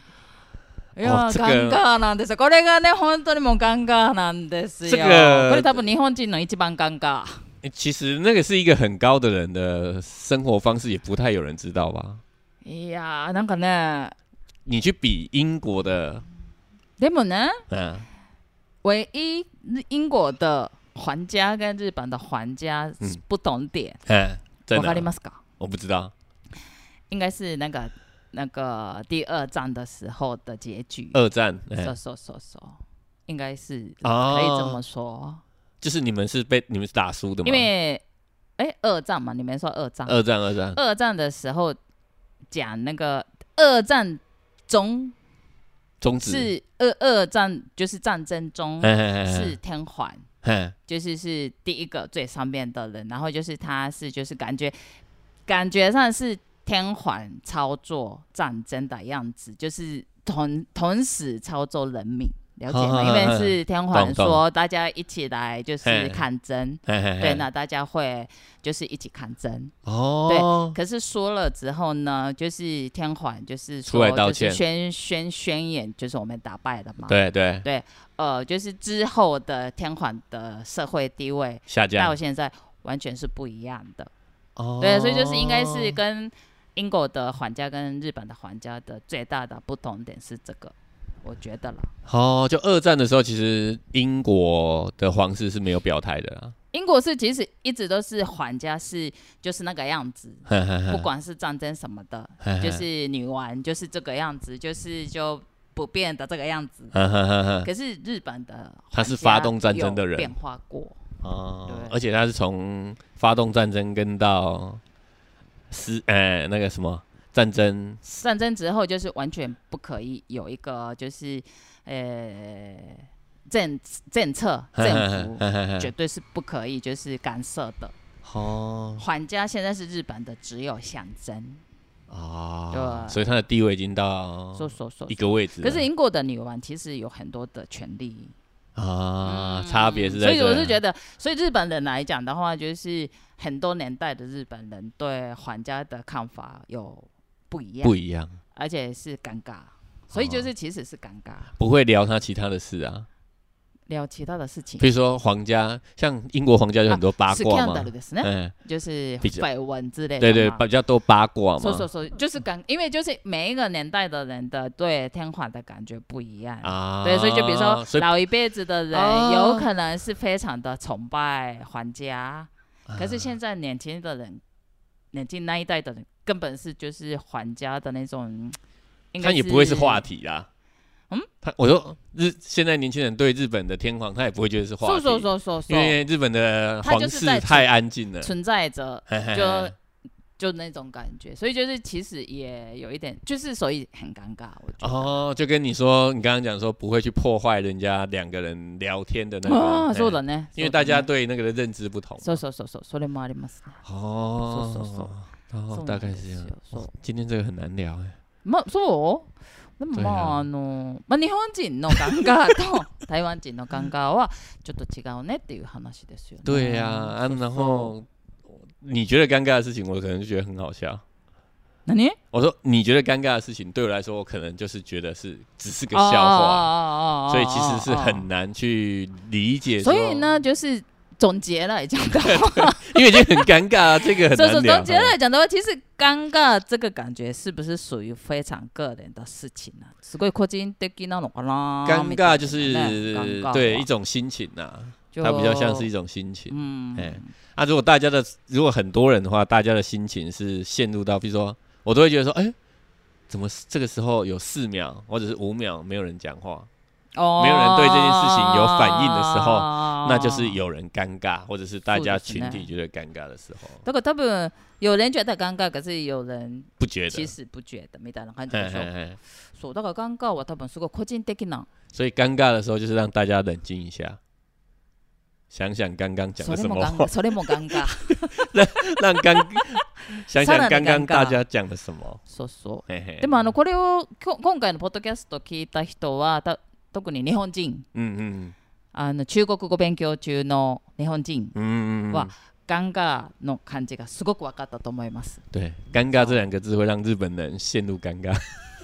Speaker 1: いや、
Speaker 2: あ这
Speaker 1: ガ
Speaker 2: 个
Speaker 1: ンガーなんですよ。これがね、本当にもうガンガーなんですよ。
Speaker 2: 这个
Speaker 1: これ多分日本人の一番ガンガー。
Speaker 2: 欸其实那个是一个很高的人的生活方式，也不太有人知道吧？
Speaker 1: いやー、なんかね、
Speaker 2: 你去比英国的，
Speaker 1: でもね、
Speaker 2: 嗯，
Speaker 1: 唯一日英国的皇家跟日本的皇家
Speaker 2: 嗯
Speaker 1: 是不懂点，
Speaker 2: 哎，在
Speaker 1: わか
Speaker 2: 哪
Speaker 1: り？ますか？
Speaker 2: 我不知道。
Speaker 1: 应该是那个那个第二战的时候的结局。
Speaker 2: 二战，哎、
Speaker 1: 说说说说，应该是
Speaker 2: 哦
Speaker 1: 可以这么说，
Speaker 2: 就是你们是被你们是打输的吗？
Speaker 1: 因为哎、二战嘛，你们说二战，
Speaker 2: 二战二战，
Speaker 1: 二战的时候讲那个二战中
Speaker 2: 终止。
Speaker 1: 是二二战就是战争中
Speaker 2: 嘿嘿嘿嘿
Speaker 1: 是天
Speaker 2: 哎
Speaker 1: 皇，
Speaker 2: 嘿
Speaker 1: 就是是第一个最上面的人，然后就是他是就是感觉感觉上是天皇操作战争的样子，就是同同时操作人民，了解吗？
Speaker 2: 好好好
Speaker 1: 因为是天皇
Speaker 2: 懂懂
Speaker 1: 说大家一起来就是
Speaker 2: 嘿
Speaker 1: 抗争，
Speaker 2: 嘿嘿嘿
Speaker 1: 对，那大家会就是一起抗争。
Speaker 2: 哦，
Speaker 1: 可是说了之后呢，就是天皇就是
Speaker 2: 出来
Speaker 1: 说
Speaker 2: 道
Speaker 1: 就是宣
Speaker 2: 歉
Speaker 1: 宣宣言就是我们打败了嘛，
Speaker 2: 对对，
Speaker 1: 呃，就是之后的天皇的社会地位
Speaker 2: 下
Speaker 1: 到
Speaker 2: 降。
Speaker 1: 现在完全是不一样的，
Speaker 2: 哦
Speaker 1: 对，所以就是应该是跟英国的皇家跟日本的皇家的最大的不同点是这个，我觉得啦，
Speaker 2: 哦，就二战的时候，其实英国的皇室是没有表态的啊 (laughs) 啦。
Speaker 1: 英国是其实一直都是皇家是就是那个样子，
Speaker 2: 嗯
Speaker 1: 不管是战争什么的，
Speaker 2: (laughs)
Speaker 1: 就是女王就是这个样子，就是就不变的这个样子。
Speaker 2: 他
Speaker 1: 可是日本的
Speaker 2: 嗯他是
Speaker 1: 皇家
Speaker 2: 发动战争的人
Speaker 1: 有变化过，
Speaker 2: 哦
Speaker 1: 对，
Speaker 2: 而且他是从发动战争跟到是哎那个什么战争
Speaker 1: 战争之后就是完全不可以有一个就是呃政政
Speaker 2: (laughs)
Speaker 1: 策政
Speaker 2: 嗯
Speaker 1: 府绝对是不可以就是干涉的。
Speaker 2: 哦
Speaker 1: 皇家现在是日本的只有象征，
Speaker 2: 啊，
Speaker 1: 对
Speaker 2: 所以他的地位已经到
Speaker 1: 说说说
Speaker 2: 哦一。个啊位置了，
Speaker 1: 可是英国的女王其实有很多的权利，
Speaker 2: 啊，差别是在
Speaker 1: 嗯所以
Speaker 2: 这，啊
Speaker 1: 我是觉得，所以日本人来讲的话，就是很多年代的日本人对皇家的看法有不一样
Speaker 2: 不，一哦样，
Speaker 1: 而且是尴尬，所以就是其实是尴尬。
Speaker 2: 不会聊他其他的事啊，
Speaker 1: 聊其他的事情
Speaker 2: 比，如说皇家，像英国皇家有很多八
Speaker 1: 是
Speaker 2: 卦
Speaker 1: 看
Speaker 2: 嘛
Speaker 1: 到，的是呢，
Speaker 2: 嗯，
Speaker 1: 就是
Speaker 2: 比较
Speaker 1: 绯闻之类的
Speaker 2: 对
Speaker 1: 嘛。
Speaker 2: 对，比较多八卦
Speaker 1: 说说
Speaker 2: 嘛，
Speaker 1: 说，就是感，因为就是每一个年代的人的对天皇的感觉不一样。
Speaker 2: 啊，
Speaker 1: 对，所以就比如说
Speaker 2: 所以
Speaker 1: 老一辈子的人，
Speaker 2: 哦
Speaker 1: 有可能是非常的崇拜皇家，啊可是现在年轻的人，年轻那一代的人，根本是就是皇家的那种，应该
Speaker 2: 他也不会是话。题啦。
Speaker 1: 嗯，
Speaker 2: 他我说日现在年轻人对日本的天皇，他也不会觉得是话
Speaker 1: 说
Speaker 2: 题，
Speaker 1: 说说说
Speaker 2: 因
Speaker 1: 说，
Speaker 2: 为日本的
Speaker 1: 他
Speaker 2: 皇
Speaker 1: 就是
Speaker 2: 室
Speaker 1: 在
Speaker 2: 太安静了，
Speaker 1: 存在着
Speaker 2: 嘿嘿嘿
Speaker 1: 就就那种感觉，所以就是其实也有一点，就是所以很尴尬，我觉得。
Speaker 2: 哦，就跟你说，你刚刚讲说不会去破坏人家两个人聊天的那个，
Speaker 1: 啊，
Speaker 2: 嘿
Speaker 1: そうだね。
Speaker 2: 因为大家对那个的认知不同。
Speaker 1: そうだねそうそうそうそれもありますね。
Speaker 2: 哦，
Speaker 1: そうそうそう
Speaker 2: 哦，大概是这样。
Speaker 1: そうなんですよ。そう
Speaker 2: 今天这个很难聊哎、
Speaker 1: まあそう。でもまああのまあ日本人のガンガーと (laughs) 台湾人のガンガーはちょっと違うねっていう話ですよね。
Speaker 2: 对呀、啊，然后你觉得尴尬的事情，我可能就觉得很好笑。
Speaker 1: 何？
Speaker 2: 我说你觉得尴尬的事情，对我来说，我可能就是觉得是只是个
Speaker 1: 哦
Speaker 2: 笑话，
Speaker 1: 哦哦哦哦哦
Speaker 2: 所以其实是很难去理解。
Speaker 1: 所以，呢，就是总结来讲的话，
Speaker 2: 因为已经很尴尬啊，这个 (laughs) 很
Speaker 1: 所以说
Speaker 2: 难聊。
Speaker 1: 总结来讲的话，其实尴尬这个感觉是不是属于非常个人的事情呢、啊？すごい個人的なのかな？
Speaker 2: 尴
Speaker 1: みたいなね
Speaker 2: 尬就是
Speaker 1: 尴尬
Speaker 2: 对一种心情呐、
Speaker 1: 就
Speaker 2: 它比较像是一种心情。
Speaker 1: 嗯，
Speaker 2: 哎、啊，如果大家的如果很多人的话，大家的心情是陷入到，比如说我都会觉得说，哎、怎么这个时候有四秒或者是五秒没有人讲话，
Speaker 1: 哦
Speaker 2: 没有人对这件事情有反应的时候那就是。有人尴尬，或者是大家
Speaker 1: そうです
Speaker 2: 群
Speaker 1: ね
Speaker 2: 体觉得尴尬的时候，
Speaker 1: だから多分有人觉得尴尬，可是有人
Speaker 2: 不觉
Speaker 1: 其
Speaker 2: 得。
Speaker 1: 实不觉得みたいな感じ
Speaker 2: 嘿
Speaker 1: でし
Speaker 2: 嘿
Speaker 1: ょ。
Speaker 2: 嘿
Speaker 1: そうだから尴尬は多分すごい個人的な。
Speaker 2: 所以尴尬的时候就是让大家冷静一下，想想刚刚讲
Speaker 1: そ
Speaker 2: 了
Speaker 1: れ
Speaker 2: 什
Speaker 1: も
Speaker 2: 么
Speaker 1: 尴
Speaker 2: 话
Speaker 1: 尬，，それも尴尬。
Speaker 2: 让刚想
Speaker 1: さらに
Speaker 2: 想刚刚
Speaker 1: 尴尬
Speaker 2: 大家讲了什么。
Speaker 1: そうそう。
Speaker 2: 嘿嘿
Speaker 1: でもあのこれをきょ今回のポッドキャスト聞いた人はた特に日本人
Speaker 2: 嗯嗯
Speaker 1: あの中国語勉強中の日本人
Speaker 2: 嗯嗯嗯
Speaker 1: 哇
Speaker 2: 嗯，
Speaker 1: ガンガーの感じがすごく分かったと思います。
Speaker 2: 对，尴尬这两个字会让日本人陷入尴尬。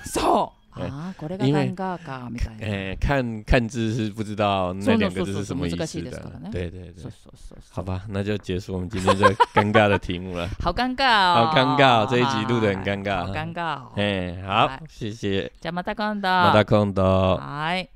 Speaker 1: そう
Speaker 2: え
Speaker 1: ああこれが
Speaker 2: 因
Speaker 1: ガ
Speaker 2: 为
Speaker 1: ンガーかみたいな。
Speaker 2: 哎，看看字是不知道那两个字是什么意
Speaker 1: そうそうそうそ
Speaker 2: 思
Speaker 1: う難しいですから
Speaker 2: 的
Speaker 1: ね。
Speaker 2: 对对
Speaker 1: そう，
Speaker 2: 对
Speaker 1: そうそうそう。
Speaker 2: 好吧，那就结束我们今天这个尴尬的题目了。
Speaker 1: 好尴尬哦，
Speaker 2: 好尴尬哦这一集录得很尴尬
Speaker 1: 好尴尬哦。
Speaker 2: 哎，好
Speaker 1: 拜，
Speaker 2: 谢谢，
Speaker 1: じゃあまた今度。
Speaker 2: 马大空的。
Speaker 1: はい。